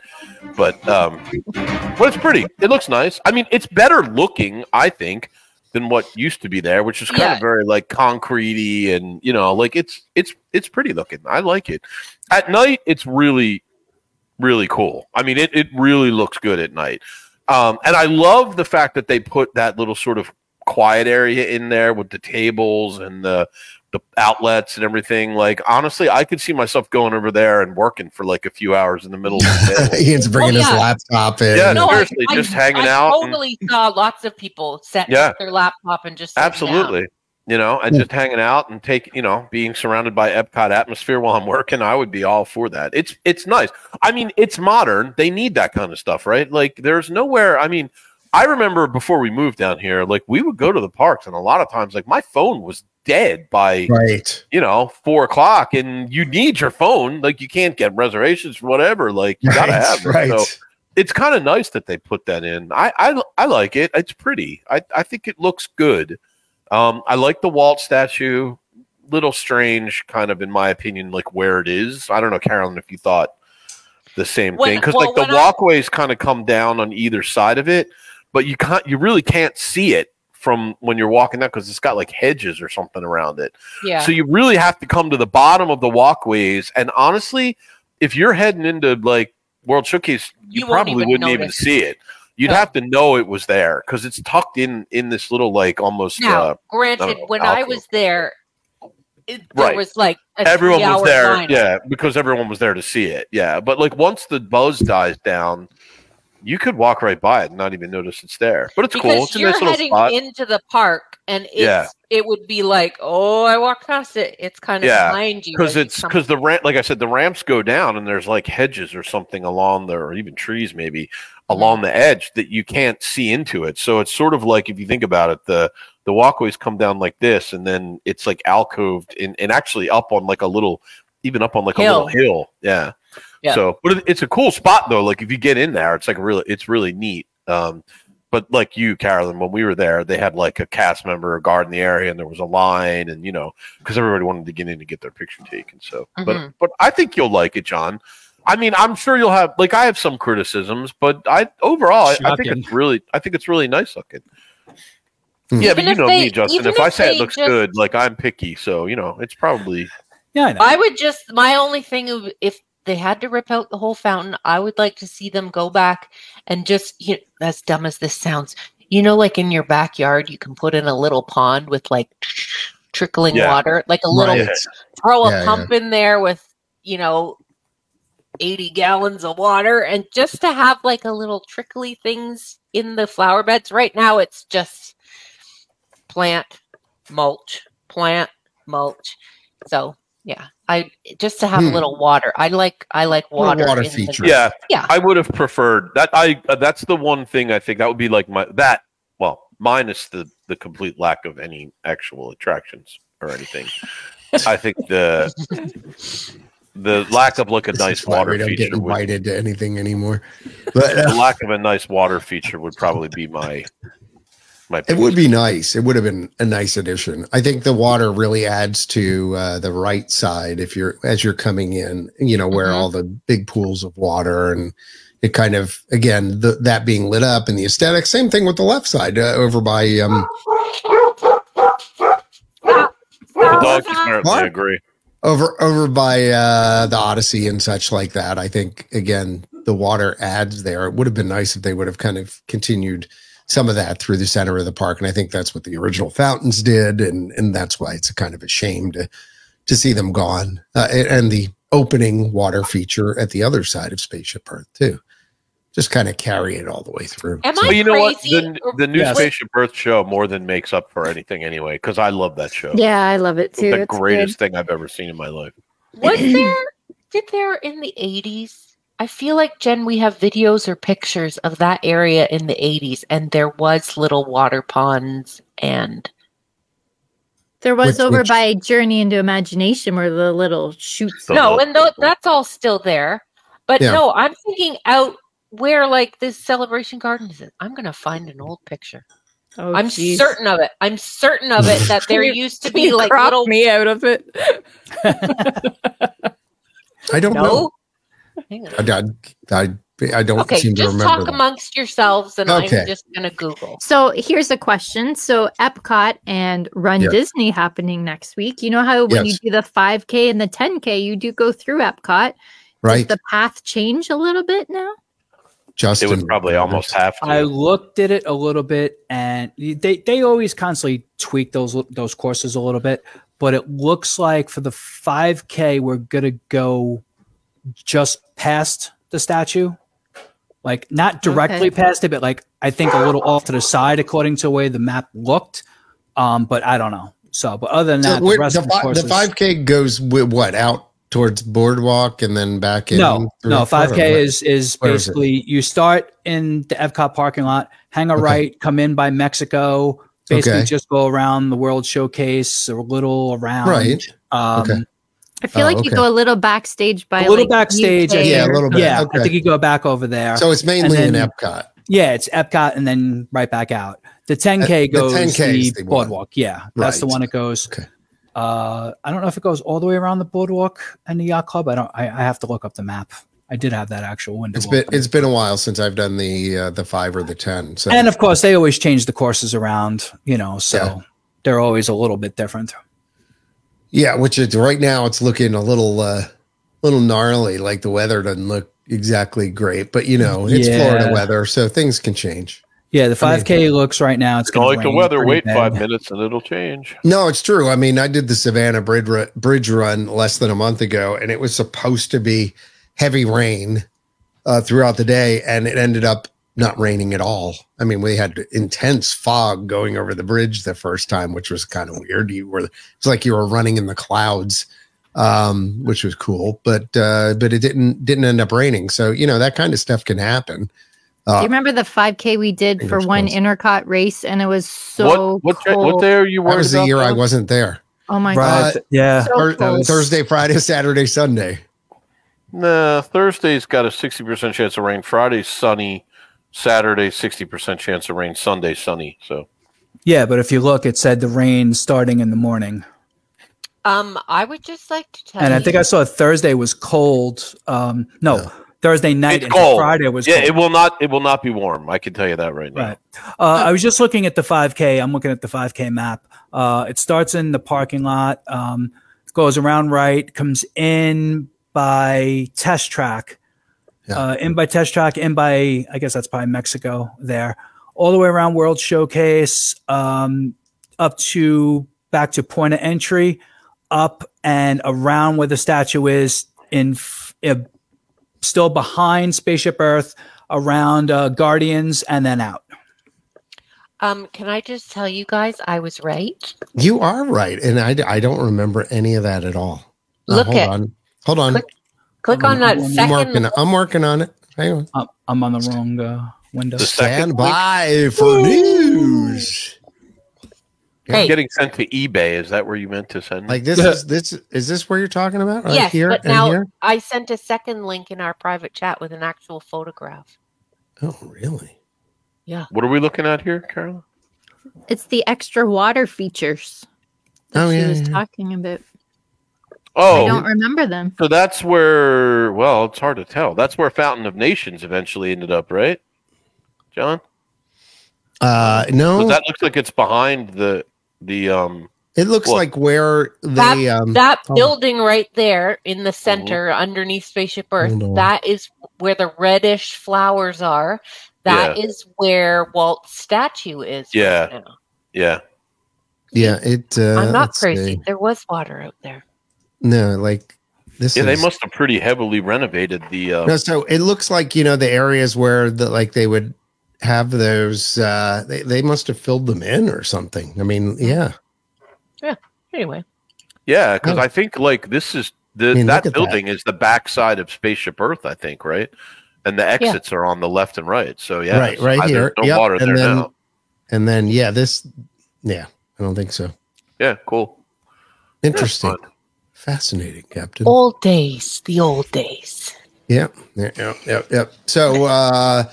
S5: But um, but it's pretty. It looks nice. I mean, it's better looking, I think, than what used to be there, which is kind
S6: Yeah.
S5: of very like concretey and you know, like it's it's it's pretty looking. I like it. At night, it's really really cool. I mean, it it really looks good at night. Um, and I love the fact that they put that little sort of quiet area in there with the tables and the the outlets and everything. Like honestly, I could see myself going over there and working for like a few hours in the middle of the day.
S3: Ian's bringing
S6: Oh, yeah.
S3: his laptop in.
S5: Yeah,
S6: No, I-
S5: seriously,
S6: I,
S5: just hanging
S6: I
S5: out and-
S6: Totally saw lots of people setting
S5: Yeah.
S6: up their laptop and just sitting down.
S5: Absolutely. You know, and
S3: Yeah.
S5: just hanging out and take, you know, being surrounded by Epcot atmosphere while I'm working, I would be all for that. It's it's nice. I mean, it's modern. They need that kind of stuff, right? Like there's nowhere, I mean, I remember before we moved down here, like we would go to the parks and a lot of times like my phone was dead by
S3: Right.
S5: you know, four o'clock and you need your phone. Like you can't get reservations, whatever. Like you gotta have it.
S3: right.
S5: So it's kind of nice that they put that in. I, I I like it. It's pretty. I I think it looks good. Um, I like the Walt statue. Little strange, kind of in my opinion, like where it is. I don't know, Carolyn, if you thought the same
S6: When-
S5: thing because
S6: well,
S5: like the
S6: when I-
S5: walkways kind of come down on either side of it, but you can't. You really can't see it from when you're walking down because it's got like hedges or something around it.
S6: Yeah.
S5: So you really have to come to the bottom of the walkways. And honestly, if you're heading into like World Showcase, you,
S6: You won't
S5: probably
S6: even
S5: wouldn't even
S6: notice.
S5: see it. You'd
S6: No.
S5: have to know it was there because it's tucked in in this little like almost.
S6: Now,
S5: uh,
S6: granted,
S5: no,
S6: when I
S5: alcohol.
S6: was there, it, there
S5: Right.
S6: was like a
S5: everyone was
S6: three-hour
S5: there,
S6: lineup.
S5: yeah, because everyone was there to see it, yeah. But like once the buzz dies down, you could walk right by it and not even notice it's there. But it's
S6: because
S5: cool. It's a
S6: you're
S5: nice little
S6: heading
S5: spot.
S6: into the park, and it's,
S5: Yeah.
S6: it would be like, oh, I walked past it. It's kind of
S5: Yeah,
S6: behind you
S5: because
S6: as you
S5: it's
S6: come-
S5: because the ramp, like I said, the ramps go down and there's like hedges or something along there, or even trees maybe
S6: Mm-hmm.
S5: along the edge that you can't see into it. So it's sort of like if you think about it, the the walkways come down like this, and then it's like alcoved and and actually up on like a little, even up on like a little
S6: Hill.
S5: hill. Yeah.
S6: Yeah.
S5: So, but it- it's a cool spot though. Like if you get in there, it's like really, it's really neat. Um, but like you, Carolyn, when we were there, they had like a cast member guarding the area, and there was a line, and you know, because everybody wanted to get in to get their picture taken. So, but
S6: Mhm.
S5: but I think you'll like it, John. I mean, I'm sure you'll have like I have some criticisms, but I overall I, I think
S1: Shocking.
S5: it's really I think it's really nice looking.
S3: Hmm.
S5: Yeah,
S6: Even
S5: but you
S6: if
S5: know me,
S6: they-
S5: Justin.
S6: even
S5: If I
S6: if
S5: say it
S6: they
S5: looks
S6: just-
S5: good, like I'm picky, so you know it's probably
S1: Yeah, I know.
S6: I would just my only thing of- if they had to rip out the whole fountain, I would like to see them go back and just you know, as dumb as this sounds, you know, like in your backyard, you can put in a little pond with like trickling
S5: Yeah.
S6: water, like a little
S3: Right.
S6: throw a
S3: Yeah, yeah.
S6: pump in there with you know. 80 gallons of water and just to have like a little trickly things in the flower beds right now it's just plant mulch plant mulch so yeah, I just to have
S3: Hmm.
S6: a little water. I like I like
S3: Little
S6: water.
S3: water
S6: in the-
S3: feature.
S5: yeah.
S6: Yeah.
S5: I would have preferred that. I uh, that's the one thing I think that would be like my that well minus the the complete lack of any actual attractions or anything. I think the the lack of like a
S3: This
S5: nice
S3: is why
S5: water
S3: We don't get
S5: feature would,
S3: invited to anything anymore. But
S5: the
S3: uh,
S5: lack of a nice water feature would probably be my my.
S3: it would be nice. It would have been a nice addition. I think the water really adds to uh, the right side if you're as you're coming in. You know where
S6: Mhm.
S3: all the big pools of water and it kind of again the, that being lit up and the aesthetic. Same thing with the left side uh, over by um,
S5: The
S4: uh,
S5: dogs apparently
S3: Mark?
S5: agree.
S3: over over by uh the odyssey and such like that i think again the water adds there it would have been nice if they would have kind of continued some of that through the center of the park and i think that's what the original fountains did and and that's why it's kind of a shame to to see them gone uh, and, and the opening water feature at the other side of spaceship earth too just kind of carry it all the way through
S6: Am
S5: But
S6: I
S5: you know what?
S6: crazy?
S5: The, the new
S1: Yes.
S5: Spaceship Earth show more than makes up for anything anyway, because I love that show.
S4: Yeah, I love it too.
S5: the
S4: It's good.
S5: greatest thing I've ever seen in my life.
S6: Was there did there in the eighties I feel like Jen, we have videos or pictures of that area in the 80s, and there was little water ponds and
S4: There was
S3: Which-
S4: over
S3: which-
S4: by Journey into Imagination where the little shoots.
S5: The
S6: no,
S5: lo-
S6: and tho- that's all still there. But
S3: Yeah.
S6: no, I'm thinking out where like this celebration garden is. I'm gonna find an old picture.
S7: Oh,
S6: I'm
S7: jeez.
S6: certain of it. I'm certain of it that there
S7: You-
S6: used to
S7: Can
S6: be
S7: you
S6: like
S7: crop
S6: little
S7: me out of it.
S3: I don't know.
S6: no. Hang on.
S3: I, I, I, I don't
S6: Okay,
S3: seem to
S6: just
S3: remember.
S6: talk
S3: that.
S6: amongst yourselves, and
S3: Okay.
S6: I'm just gonna Google.
S4: So here's a question. So Epcot and Run
S3: Yeah.
S4: Disney happening next week. You know how when
S3: Yes.
S4: you do the 5K and the 10K, you do go through Epcot.
S3: right,
S4: Does the path change a little bit now?
S5: They
S3: Justin
S5: would probably almost have to.
S1: I looked at it a little bit, and they they always constantly tweak those those courses a little bit. But it looks like for the 5K, we're gonna go just past the statue, like not directly past it, but like I think a little off to the side, according to the way the map looked. Um, but I don't know. So, but other than
S3: So
S1: that,
S3: where-
S1: the rest
S3: the,
S1: of the
S3: fi- the
S1: courses.
S3: 5K goes with what out towards boardwalk and then back in.
S1: no,
S3: through-
S1: no. Five K
S3: Where-
S1: is is
S3: Where is it?
S1: basically you start in the Epcot parking lot, hang a
S3: Okay.
S1: right, come in by Mexico, basically
S3: Okay.
S1: just go around the World Showcase or a little around,
S3: Right.
S1: Um,
S3: Okay.
S4: I feel
S3: Oh,
S4: like
S3: okay.
S4: you go a little backstage by
S1: A little
S4: like,
S1: backstage, I
S4: UK.
S1: think.
S3: Yeah, a little bit.
S1: Yeah,
S3: okay.
S1: I think you go back over there.
S3: so it's mainly
S1: and
S3: in
S1: then-
S3: Epcot.
S1: yeah, it's Epcot and then right back out. The 10K
S3: Uh, the
S1: goes
S3: 10K is
S1: the
S3: the one.
S1: boardwalk. Yeah, that's the
S3: Right.
S1: one that goes.
S3: Okay.
S1: Uh, I don't know if it goes all the way around the boardwalk and the yacht club. I don't. I, I have to look up the map. I did have that actual window.
S3: It's been
S1: open.
S3: it's been a while since I've done the uh, the five or the ten. So
S1: and of course they always change the courses around you know so
S3: Yeah.
S1: they're always a little bit different
S3: yeah, which is right now it's looking a little uh, little gnarly. Like the weather doesn't look exactly great, but you know it's
S1: Yeah.
S3: Florida weather, so things can change.
S1: yeah the
S3: I mean-
S1: 5k looks right now it's
S5: It's not
S1: going
S5: like the weather. Wait five minutes and it'll change.
S3: No, it's true. I mean, I did the Savannah Bridge Ru- Bridge Run less than a month ago, and it was supposed to be heavy rain uh, throughout the day, and it ended up not raining at all. I mean, we had intense fog going over the bridge the first time, which was kind of weird. You were it's like you were running in the clouds, um, which was cool, but uh, but it didn't didn't end up raining. So you know that kind of stuff can happen.
S4: Do
S3: Uh,
S4: you remember the 5K we did for
S3: Fingers
S4: one
S3: crossed.
S4: Intercot race and it was so
S5: what what, cha-
S4: cold.
S5: what day are you
S3: that
S5: worried
S3: was the
S5: about
S3: year I
S5: now?
S3: wasn't there.
S4: oh my
S3: Right.
S4: god.
S3: Uh,
S1: yeah
S4: So
S3: Thur- that
S4: cold.
S3: was Thursday, Friday, Saturday, Sunday.
S5: Nah, Thursday's got a sixty percent chance of rain. Friday's sunny. Saturday sixty percent chance of rain. Sunday sunny. So
S1: yeah but if you look it said the rain starting in the morning
S6: Um, I would just like to tell
S1: and
S6: you.
S1: i think i saw thursday was cold um no thursday night
S5: It's
S1: and
S5: cold.
S1: friday was
S5: yeah,
S1: cold
S5: it will not. It will not be warm. I can tell you that right now.
S1: Right. Uh, I was just looking at the 5K. I'm looking at the 5K map. Uh, it starts in the parking lot, um, goes around right, comes in by test track,
S3: Yeah.
S1: uh, in by test track, in by, I guess that's probably Mexico there, all the way around World Showcase, um, up to back to point of entry, up and around where the statue is, in f- uh, still behind Spaceship Earth, around uh, Guardians, and then out.
S6: um, can I just tell you guys I was right?
S3: You are right, and I, I don't remember any of that at all. Now,
S6: Look
S3: hold
S6: at-
S3: on, hold on.
S6: Click Click
S1: I'm-
S6: on that
S1: I'm
S3: I'm
S6: second.
S3: working. I'm working on it. Hang on.
S1: I'm, I'm on the wrong uh, window.
S5: The second
S3: Stand by for news.
S6: Hey,
S5: Getting sent to eBay. Is that where you meant to send?
S3: Like this is this is this where you're talking about? Right
S6: yes,
S3: here
S6: but
S3: and
S6: now
S3: here.
S6: I sent a second link in our private chat with an actual photograph.
S3: Oh, really?
S5: what are we looking at here, Carolyn?
S4: It's the extra water features that
S3: Oh,
S4: she
S3: yeah,
S4: was
S3: yeah, yeah.
S4: talking about. I don't
S5: Oh,
S4: remember them.
S5: so that's where. Well, it's hard to tell. That's where Fountain of Nations eventually ended up, right? John,
S3: Uh, no,
S5: But that looks like it's behind the the um.
S3: it looks
S5: Well-
S3: like where the um.
S6: that
S3: oh.
S6: building right there in the center underneath Spaceship Earth,
S3: Hold on.
S6: that is where the reddish flowers are. That is where Walt's statue is. right
S5: Yeah.
S6: now.
S5: Yeah.
S3: yeah, it. Uh,
S6: I'm not
S3: let's
S6: crazy.
S3: see.
S6: There was water out there.
S3: No, like this.
S5: Yeah,
S3: is,
S5: they must have pretty heavily renovated the. Uh,
S3: No, so it looks like you know the areas where the like they would have those. Uh, they they must have filled them in or something. I mean, yeah.
S6: Anyway,
S5: yeah, because
S3: Oh.
S5: I think like this is The,
S3: I mean,
S5: that
S3: look at that.
S5: building is the backside of Spaceship Earth, I think, right? And the exits are on the left and right. So yeah,
S3: Right,
S5: there's-
S3: right
S5: I-
S3: here.
S5: There's no
S3: Yep,
S5: water
S3: and
S5: there
S3: then-
S5: now.
S3: And then yeah, this yeah, I don't think so.
S5: Yeah, cool.
S3: Interesting.
S5: That's
S3: Fascinating, Captain.
S1: Oh.
S6: Old days, the old days.
S3: Yeah, yeah, yeah, yeah, yeah. So, uh,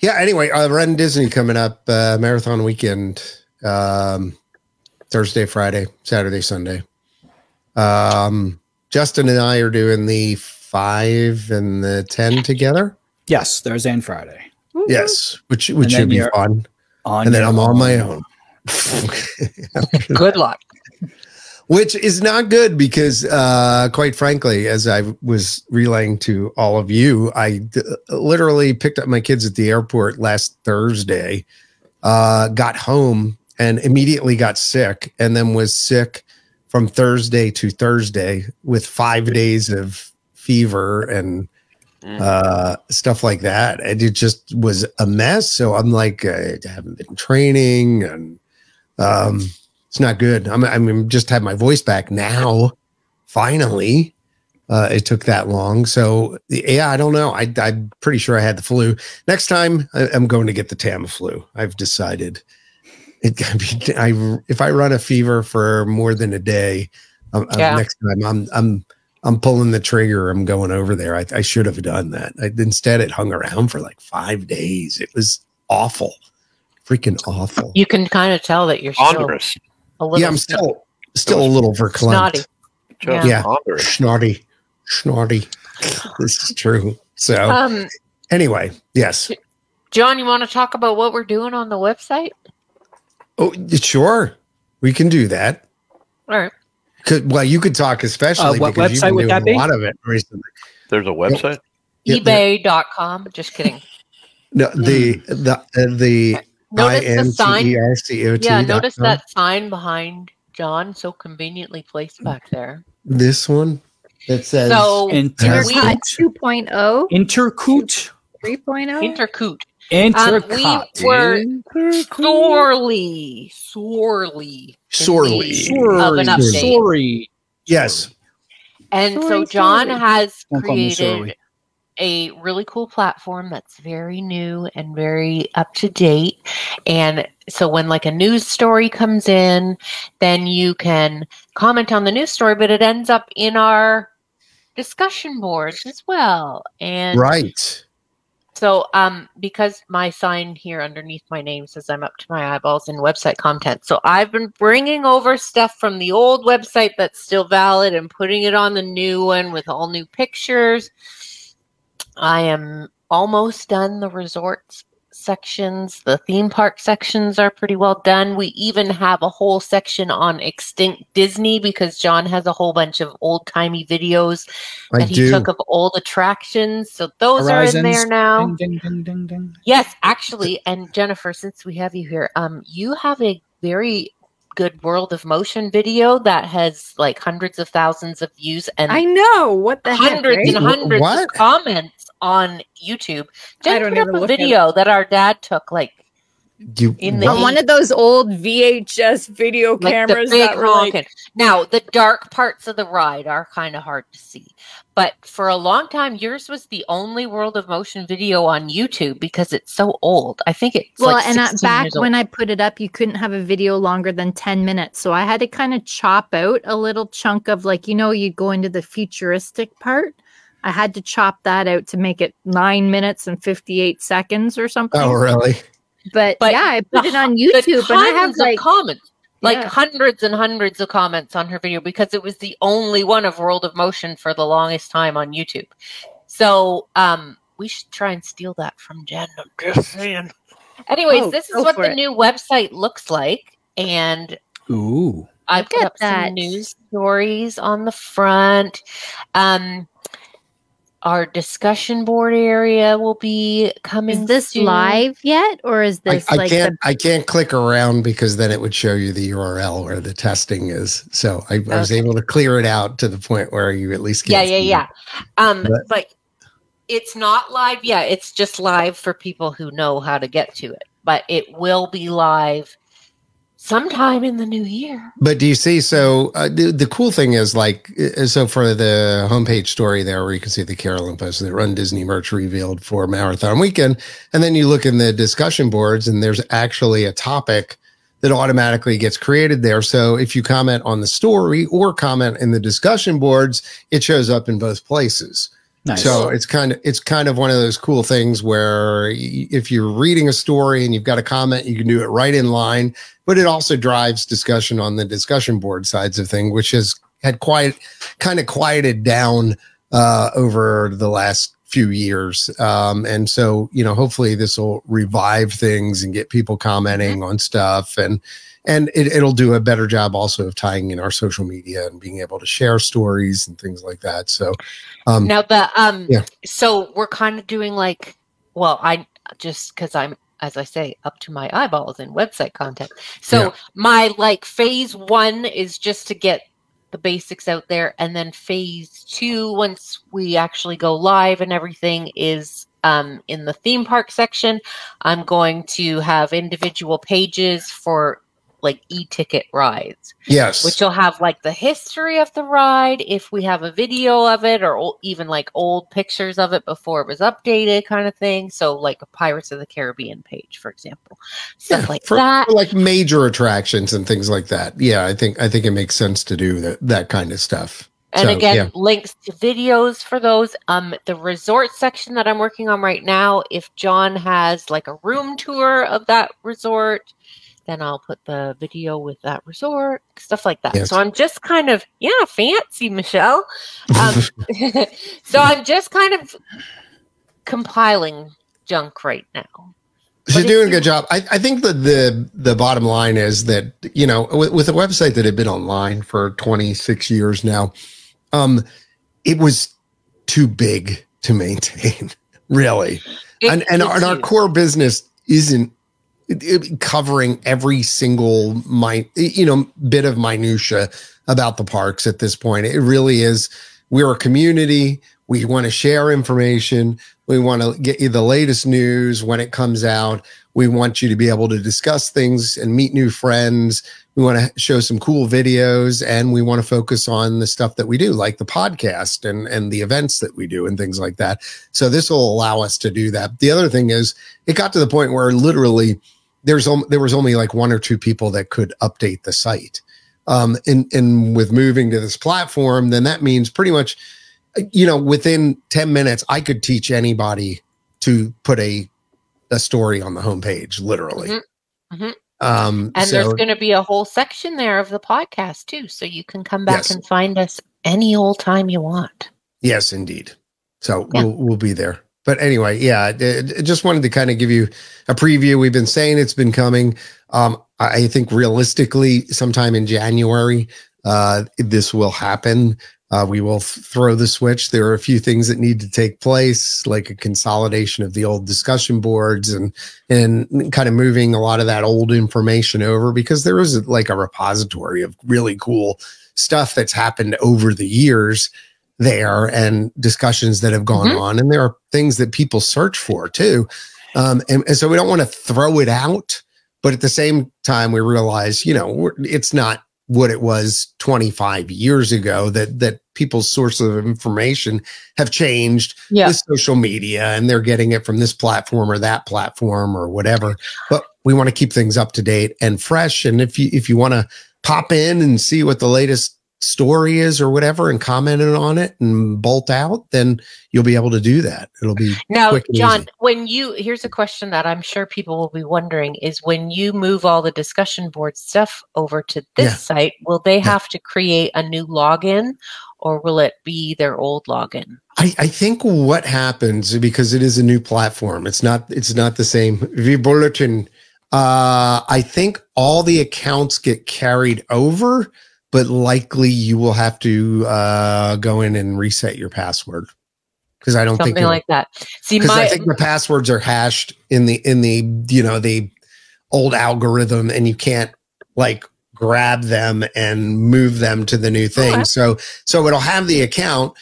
S3: yeah. Anyway, uh, Ren Disney coming up uh, marathon weekend, um, Thursday, Friday, Saturday, Sunday. Um, Justin and I are doing the five and the ten together.
S1: Yes, Thursday and Friday.
S3: Yes, which
S1: And
S3: which
S1: then
S3: should be
S1: you're-
S3: fun.
S1: On
S3: And then
S1: your
S3: I'm on my own.
S6: Good luck.
S3: which is not good because uh quite frankly as i was relaying to all of you I d- literally picked up my kids at the airport last thursday uh got home and immediately got sick and then was sick from thursday to thursday with five days of fever and
S5: Mm.
S3: uh stuff like that and it just was a mess so i'm like uh, i haven't been training and um it's not good. I'm, I mean, just had my voice back now. Finally, uh, it took that long. So yeah, I don't know. I, I'm pretty sure I had the flu. Next time, I, I'm going to get the Tamiflu. I've decided. It, I, mean, I if I run a fever for more than a day, um, um,
S6: Yeah.
S3: next time I'm I'm I'm pulling the trigger. I'm going over there. I, I should have done that. I, instead, it hung around for like five days. It was awful, freaking awful.
S6: You can kind of tell that you're still
S5: Ponderous.
S6: a little
S3: yeah, I'm still still a little verklempt.
S6: snotty.
S5: Just
S3: Yeah.
S5: ponderous.
S3: Snotty. Snotty. this is true. So
S6: Um,
S3: anyway, yes.
S6: John, you want to talk about what we're doing on the website?
S3: Oh, sure. We can do that.
S6: All right.
S3: Could, well, you could talk especially
S1: Uh, what
S3: because you've
S1: website
S3: been
S1: would
S3: doing
S1: that
S3: a
S1: be?
S3: lot of it recently.
S5: There's a website.
S3: Yeah,
S6: eBay.com. Just kidding.
S3: No, the the uh, the I
S6: Hmm. Notice
S3: N
S6: the
S3: C
S6: sign.
S3: E R C O T.
S6: Yeah, notice that sign behind John, so conveniently placed back there.
S3: this one that says
S6: So
S1: Intercoot.
S6: we,
S4: Intercut 2.0,
S1: Intercoot.
S4: 3.0.
S6: intercoot. Um,
S1: Intercoot.
S6: we were sorely, sorely, in
S3: Sorely.
S6: need of
S1: Sorry.
S6: an update.
S1: Sorry.
S3: yes,
S6: And so
S4: Sorry,
S6: John
S4: sorry.
S6: has
S1: Don't call me
S6: created
S1: sorry.
S6: a really cool platform that's very new and very up to date. And so when like a news story comes in, then you can comment on the news story, but it ends up in our discussion boards as well. And
S3: right.
S6: so, um, because my sign here underneath my name says I'm up to my eyeballs in website content, so I've been bringing over stuff from the old website that's still valid and putting it on the new one with all new pictures. I am almost done the resorts sections. The theme park sections are pretty well done. We even have a whole section on extinct Disney because John has a whole bunch of old timey videos
S3: I
S6: that he
S3: do.
S6: took of old attractions. So those are in
S1: Horizons.
S6: there now.
S1: Ding, ding, ding, ding, ding.
S6: Yes, actually, and Jennifer, since we have you here, um, you have a very good World of Motion video that has like hundreds of thousands of views and
S7: I know what the heck.
S6: hundreds
S7: right?
S6: and hundreds
S3: What?
S6: of comments on YouTube.
S7: I
S6: Jen
S7: don't
S6: put up
S7: even
S6: a
S7: look at
S6: video that our dad took, like
S3: You,
S6: in the
S7: On one of those old VHS video
S6: like the
S7: cameras
S6: big
S7: that were like,
S6: honking. Now the dark parts of the ride are kind of hard to see, but for a long time, yours was the only World of Motion video on YouTube because it's so old. I think it's
S4: Well,
S6: like
S4: and
S7: uh,
S4: I,
S6: 16
S4: back
S6: years old.
S4: when I put it up, you couldn't have a video longer than 10 minutes. So I had to kind of chop out a little chunk of, like, you know, you'd go into the futuristic part. I had to chop that out to make it nine minutes and 58 seconds or something.
S3: oh, really?
S4: but,
S6: But
S4: yeah, I
S6: the
S4: put it on
S6: the
S4: YouTube and I have
S6: tons of
S4: like,
S6: comments, like
S4: Yeah.
S6: hundreds and hundreds of comments on her video because it was the only one of World of Motion for the longest time on YouTube. So um, we should try and steal that from Jen. I'm just saying. Anyways,
S7: Oh,
S6: this is
S7: go
S6: what
S7: for
S6: the
S7: it.
S6: new website looks like, and
S1: Ooh.
S6: I
S4: Look
S6: put
S4: at
S6: up
S4: that.
S6: some news stories on the front. Um, our discussion board area will be coming.
S4: is this
S6: soon.
S4: live yet? Or is
S3: I-
S4: this
S3: I,
S4: like,
S3: can't I can't click around because then it would show you the URL where the testing is. So I, I was
S6: Okay.
S3: able to clear it out to the point where you at least
S6: yeah
S3: can't
S6: yeah
S3: see
S6: yeah
S3: it.
S6: um
S3: But-
S6: but, it's not live yeah it's just live for people who know how to get to it but it will be live sometime in the new year.
S3: But do you see? So uh, the, the cool thing is like, uh, so for the homepage story there, where you can see the Carolyn posted that run Disney merch revealed for marathon weekend. And then you look in the discussion boards and there's actually a topic that automatically gets created there. So if you comment on the story or comment in the discussion boards, it shows up in both places.
S1: Nice.
S3: So it's kind of it's kind of one of those cool things where y- if you're reading a story and you've got a comment, you can do it right in line. But it also drives discussion on the discussion board sides of thing, which has had quiet kind of quieted down uh, over the last few years. Um, and so you know, hopefully this will revive things and get people commenting on stuff and. And it, it'll do a better job also of tying in our social media and being able to share stories and things like that. So, um,
S6: Now the um
S3: Yeah.
S6: so we're kind of doing like well I just cuz I'm as I say up to my eyeballs in website content. So
S3: Yeah.
S6: my like phase 1 is just to get the basics out there and then phase 2 once we actually go live and everything is um in the theme park section I'm going to have individual pages for like e-ticket rides
S3: yes.
S6: which will have like the history of the ride if we have a video of it or ol- even like old pictures of it before it was updated kind of thing so like a pirates of the caribbean page for example stuff
S3: Yeah,
S6: like
S3: for,
S6: that
S3: for, like major attractions and things like that. Yeah, I think I think it makes sense to do that that kind of stuff.
S6: and
S3: so,
S6: again
S3: yeah.
S6: links to videos for those um the resort section that i'm working on right now if john has like a room tour of that resort then i'll put the video with that resort stuff like that
S3: Yes.
S6: so i'm just kind of yeah fancy michelle um, so I'm just kind of compiling junk right now.
S3: She's
S6: if
S3: doing a
S6: you-
S3: good job. I, I think that the the bottom line is that you know with, with a website that had been online for 26 years now, um, it was too big to maintain. Really, and and our, and our core business isn't it- it- covering every single mi- you know bit of minutia about the parks at this point it really is we're a community we want to share information we want to get you the latest news when it comes out we want you to be able to discuss things and meet new friends we want to show some cool videos and we want to focus on the stuff that we do like the podcast and and the events that we do and things like that so this will allow us to do that. The other thing is, it got to the point where literally there's om- there was only like one or two people that could update the site. Um, and and with moving to this platform, then that means pretty much, you know, within ten minutes, I could teach anybody to put a a story on the homepage, literally.
S6: Mhm. Mhm.
S3: Um,
S6: and
S3: so
S6: there's going to be a whole section there of the podcast too, so you can come back
S3: Yes.
S6: and find us any old time you want.
S3: Yes, indeed. So
S6: Yeah.
S3: we'll we'll be there. But anyway, yeah, I I just wanted to kind of give you a preview. We've been saying it's been coming. Um, I I think realistically, sometime in January, uh, this will happen. Uh, we will f- throw the switch. There are a few things that need to take place, like a consolidation of the old discussion boards and and kind of moving a lot of that old information over because there is like a repository of really cool stuff that's happened over the years there and discussions that have gone
S6: Mhm.
S3: on and there are things that people search for too um, and, and so we don't want to throw it out but at the same time we realize you know we're, it's not what it was 25 years ago that that people's sources of information have changed
S4: Yeah.
S3: with social media and they're getting it from this platform or that platform or whatever. But we want to keep things up to date and fresh. And if you if you want to pop in and see what the latest story is or whatever and comment it on it and bolt out, then you'll be able to do that. It'll be
S6: Now,
S3: Quick and
S6: John,
S3: easy.
S6: when you here's a question that I'm sure people will be wondering is when you move all the discussion board stuff over to this
S3: Yeah.
S6: site, will they
S3: Yeah.
S6: have to create a new login or will it be their old login?
S3: I, I think what happens because it is a new platform, it's not it's not the same V bulletin. Uh, I think all the accounts get carried over, but likely you will have to uh, go in and reset your password because I don't think
S6: Something
S3: it'll-
S6: like that. See,
S3: because
S6: my
S3: I think the passwords are hashed in the in the you know the old algorithm, and you can't like grab them and move them to the new thing.
S4: Uh-huh.
S6: Okay.
S3: So so it'll have the account.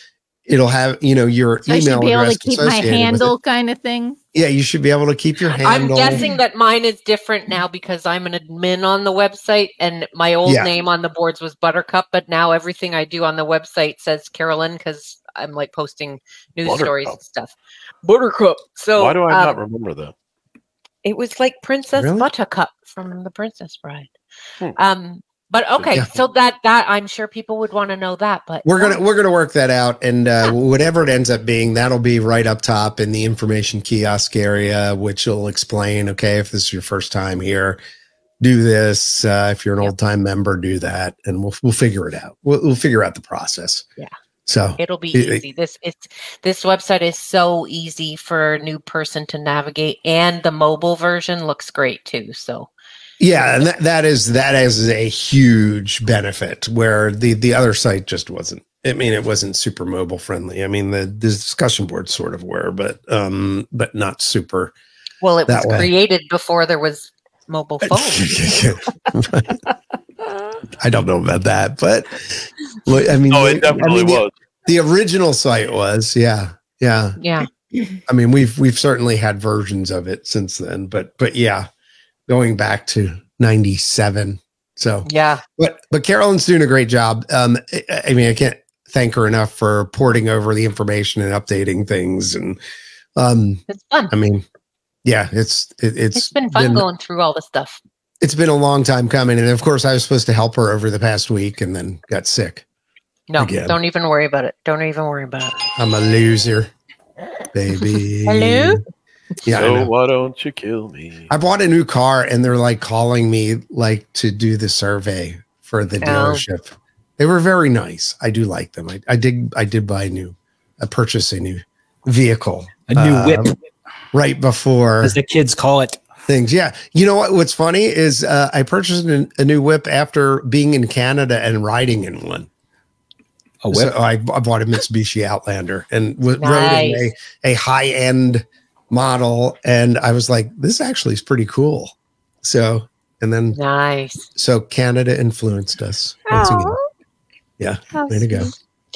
S3: It'll have you know your
S4: So I
S3: email
S4: should be able
S3: address
S4: to keep my
S3: associated with it.
S4: handle kind of thing.
S3: Yeah, you should be able to keep your
S6: I'm
S3: handle.
S6: guessing that mine is different now because I'm an admin on the website and my old
S3: Yeah.
S6: name on the boards was Buttercup, but now everything I do on the website says Carolyn because I'm like posting news stories and
S5: Buttercup.
S6: stuff. Buttercup. So
S5: Why do I not
S6: um,
S5: remember that?
S6: it was like Princess
S3: Really?
S6: Buttercup from The Princess Bride.
S5: Hmm.
S6: Um, but okay,
S3: Yeah.
S6: so that that I'm sure people would want to know that, but
S3: We're gonna we're gonna work that out, and uh, whatever it ends up being, that'll be right up top in the information kiosk area, which will explain. Okay, if this is your first time here, do this. Uh, if you're an old time member, do that, and we'll we'll figure it out. We'll, we'll figure out the process.
S6: Yeah.
S3: So
S6: It'll be
S3: It- it-
S6: easy. This it's this website is so easy for a new person to navigate, and the mobile version looks great too. So
S3: yeah, and that, that is that is a huge benefit where the the other site just wasn't. I mean, it wasn't super mobile friendly. I mean, the, the discussion boards sort of were, but um, but not super.
S6: well, it
S3: That
S6: was
S3: way.
S6: created before there was mobile phones.
S3: I don't know about that, but look, I mean,
S5: Oh,
S3: the-
S5: it definitely
S3: I mean, the-
S5: was.
S3: The, original site was, yeah, yeah.
S6: yeah.
S3: I mean, we've we've certainly had versions of it since then, but but yeah, going back to '97. So,
S6: Yeah.
S3: but but Carolyn's doing a great job. Um, I, I mean, I can't thank her enough for porting over the information and updating things, and um,
S6: It's fun.
S3: I mean, yeah, it's it, it's
S6: It's been fun going through all the stuff.
S3: it's been a long time coming, and of course, I was supposed to help her over the past week, and then got sick.
S6: No,
S3: Again.
S6: don't even worry about it. Don't even worry about it.
S3: I'm a loser, baby.
S6: Hello?
S3: Yeah. I,
S5: so
S3: know.
S5: why don't you kill me?
S3: I bought a new car and they're like calling me like to do the survey for the
S6: Oh.
S3: dealership. They were very nice. I do like them. I, I did I did buy a new I purchased a new vehicle
S1: A new
S5: uh,
S1: whip,
S3: right before
S1: as the kids call it.
S3: things. Yeah. You know what what's funny is uh, I purchased an, a new whip after being in Canada and riding in one.
S1: A whip.
S3: So I, I bought a Mitsubishi Outlander and w- rode in
S6: Nice.
S3: a, a high end model. And I was like, this actually is pretty cool. So, and then,
S6: Nice.
S3: so Canada influenced us once again. Yeah. Way to go.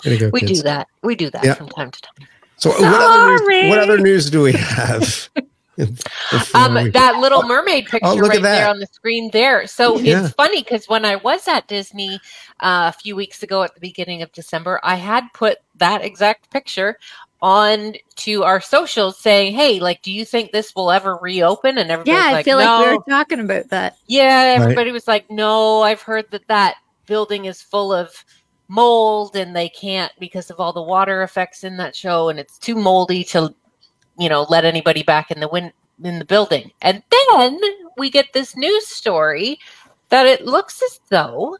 S3: Way to go.
S6: We
S3: kids.
S6: do that. We do that
S3: Yeah.
S6: from time to time.
S3: So, what other, news,
S7: Sorry.
S3: what other news do we have? Before
S6: Um,
S3: we-
S6: that Little Mermaid picture
S3: Oh, look at
S6: right there
S3: that.
S6: on the screen there. So
S3: Yeah.
S6: it's funny because when I was at Disney uh, a few weeks ago at the beginning of December, I had put that exact picture on to our socials saying, "Hey, like, do you think this will ever reopen?" And everybody's
S7: Yeah, I
S6: like,
S7: feel like
S6: "No."
S7: we were talking about that.
S6: Yeah,
S3: Right.
S6: everybody was like, "No, I've heard that that building is full of mold, and they can't because of all the water effects in that show, and it's too moldy to, you know, let anybody back in the win in the building." And then we get this news story that it looks as though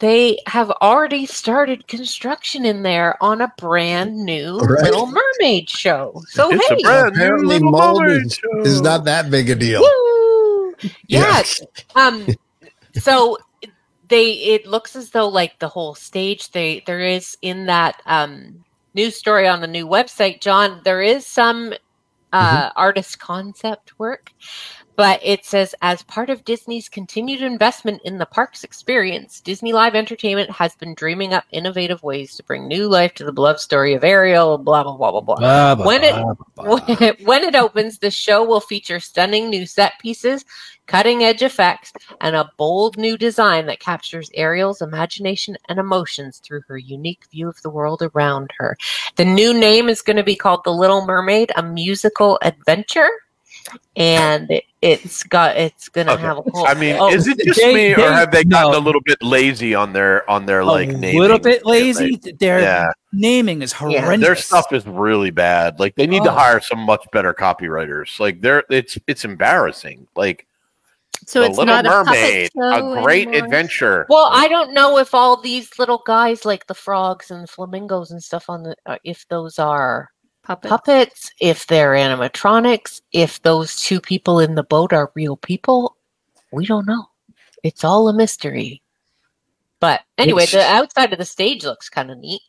S6: they have already started construction in there on a brand new
S3: Right.
S6: Little Mermaid show. So
S5: it's
S6: Oh, hey,
S5: a brand
S3: apparently
S5: new little
S3: mold
S5: mermaid
S3: is-
S5: show.
S3: This is not that big a deal.
S6: Woo! Yeah. Um. So they. It looks as though like the whole stage. They there is in that um news story on the new website, John. There is some uh, artist concept work. But it says, as part of Disney's continued investment in the parks experience, Disney Live Entertainment has been dreaming up innovative ways to bring new life to the beloved story of Ariel, blah, blah, blah, blah, blah.
S1: Blah, blah,
S6: When it-
S1: blah, blah, blah.
S6: When when it opens, the show will feature stunning new set pieces, cutting edge effects, and a bold new design that captures Ariel's imagination and emotions through her unique view of the world around her. The new name is going to be called The Little Mermaid: A Musical Adventure, and it, it's got it's going to
S5: Okay.
S6: have a whole.
S5: I mean,
S6: oh,
S5: is it just
S1: they- they-
S5: me, or have they gotten
S1: no.
S5: a little bit lazy on their on their like
S1: a
S5: naming?
S1: little bit lazy.
S5: Like,
S1: Their
S5: yeah,
S1: naming is
S6: Yeah. Their
S1: horrendous.
S5: their stuff is really bad. Like they need to
S1: Oh.
S5: hire some much better copywriters. Like they're it's it's embarrassing. Like
S4: So
S5: the
S4: it's
S5: Little
S4: not
S5: Mermaid,
S4: a, puppet show
S5: a great
S4: anymore.
S5: adventure.
S6: Well, I don't know if all these little guys, like the frogs and flamingos and stuff, on the uh, if those are
S4: Puppet.
S6: puppets, if they're animatronics, if those two people in the boat are real people. We don't know. It's all a mystery. But anyway,
S1: It's-
S6: the outside of the stage looks kind of neat.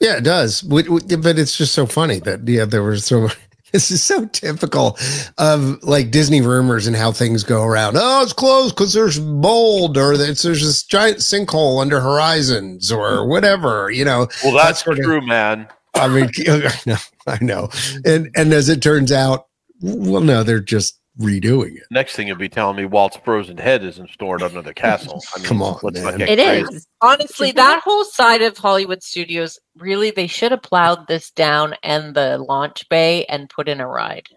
S3: Yeah, it does. We, we- but it's just so funny that yeah, there was so. This is so typical of like Disney rumors and how things go around. Oh, it's closed because there's mold, or it's, there's this giant sinkhole under Horizons, or
S5: Hmm.
S3: whatever. You know,
S5: well, that's
S3: that's sort of-
S5: true, man.
S3: I mean, I know, I know. And and as it turns out, Well, no, they're just redoing it.
S5: Next thing you'll be telling me Walt's frozen head isn't stored under the castle. I mean,
S3: Come on,
S5: let's
S3: man.
S5: not get
S4: It
S5: crazy.
S4: is.
S6: Honestly, that whole side of Hollywood Studios really they should have plowed this down and the launch bay and put in a ride.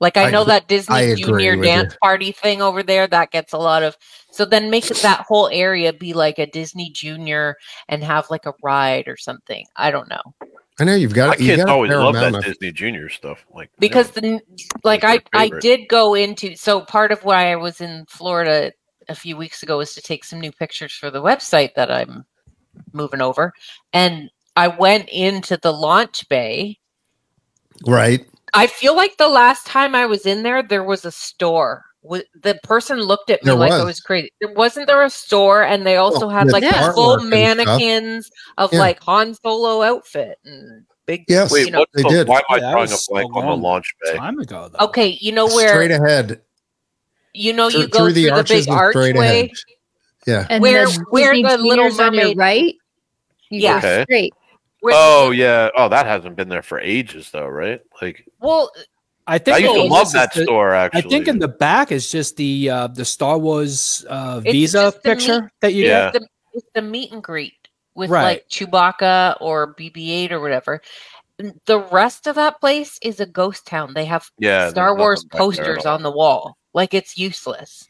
S6: Like I
S3: I
S6: know
S3: gr-
S6: that
S3: I
S6: Disney
S3: agree
S6: Junior
S3: with you.
S6: dance party thing over there that gets a lot of so then make that whole area be like a Disney Junior and have like a ride or something. I don't know.
S3: I know you've got.
S5: My
S3: it. you
S5: kids
S3: got a
S5: always
S3: fair
S5: love
S3: amount
S5: that
S3: of-
S5: Disney Junior stuff. Like
S6: because
S5: yeah.
S6: the n- like
S5: That's
S6: I
S5: my
S6: I
S5: favorite.
S6: did go into so part of why I was in Florida a few weeks ago was to take some new pictures for the website that I'm moving over and I went into the launch bay.
S3: right.
S6: I feel like the last time I was in there there was a store. Wa- The person looked at me
S3: There
S6: like I
S3: was.
S6: was crazy. There wasn't there a store and they also
S3: Oh,
S6: had
S3: with
S6: like
S3: artwork
S6: full
S3: and stuff.
S6: mannequins of
S3: Yeah.
S6: like Han Solo outfit and big
S3: Yes.
S5: Wait,
S6: you know
S5: what's
S3: they
S5: the-
S3: did.
S5: Why am I
S1: Yeah, that
S5: drawing a
S1: was
S5: blank
S1: a
S5: on the
S1: long
S5: launch bay?
S1: Time ago, though.
S6: okay, you know Oh, where
S3: straight ahead.
S6: you know
S3: Through-
S6: you go
S3: through
S6: through
S3: the
S6: the,
S3: arches
S6: big
S3: and straight
S6: archway.
S3: ahead. Yeah.
S7: And
S6: Where-
S7: then
S6: where
S7: Disney
S6: the Little
S7: Junior's on your
S6: Mermaid-
S7: right? You
S6: Yeah.
S7: go
S5: Okay.
S7: straight.
S6: Where-
S5: Oh yeah. Oh, that hasn't been there for ages, though, right? Like
S6: Well,
S1: I
S5: I,
S1: think
S5: used to
S1: all
S5: love
S1: this is
S5: that
S1: the-
S5: store.
S1: I
S5: Actually,
S1: think in the back is just the uh, the Star Wars uh,
S6: It's
S1: Visa
S6: just the
S1: picture that you
S5: Yeah.
S1: get.
S6: it's, the, it's the meet and greet with
S1: Right.
S6: like Chewbacca or BB-8 or whatever. The rest of that place is a ghost town. They have
S5: yeah, there's
S6: Star Wars
S5: nothing back there at
S6: posters
S5: all.
S6: on the wall. Like it's useless.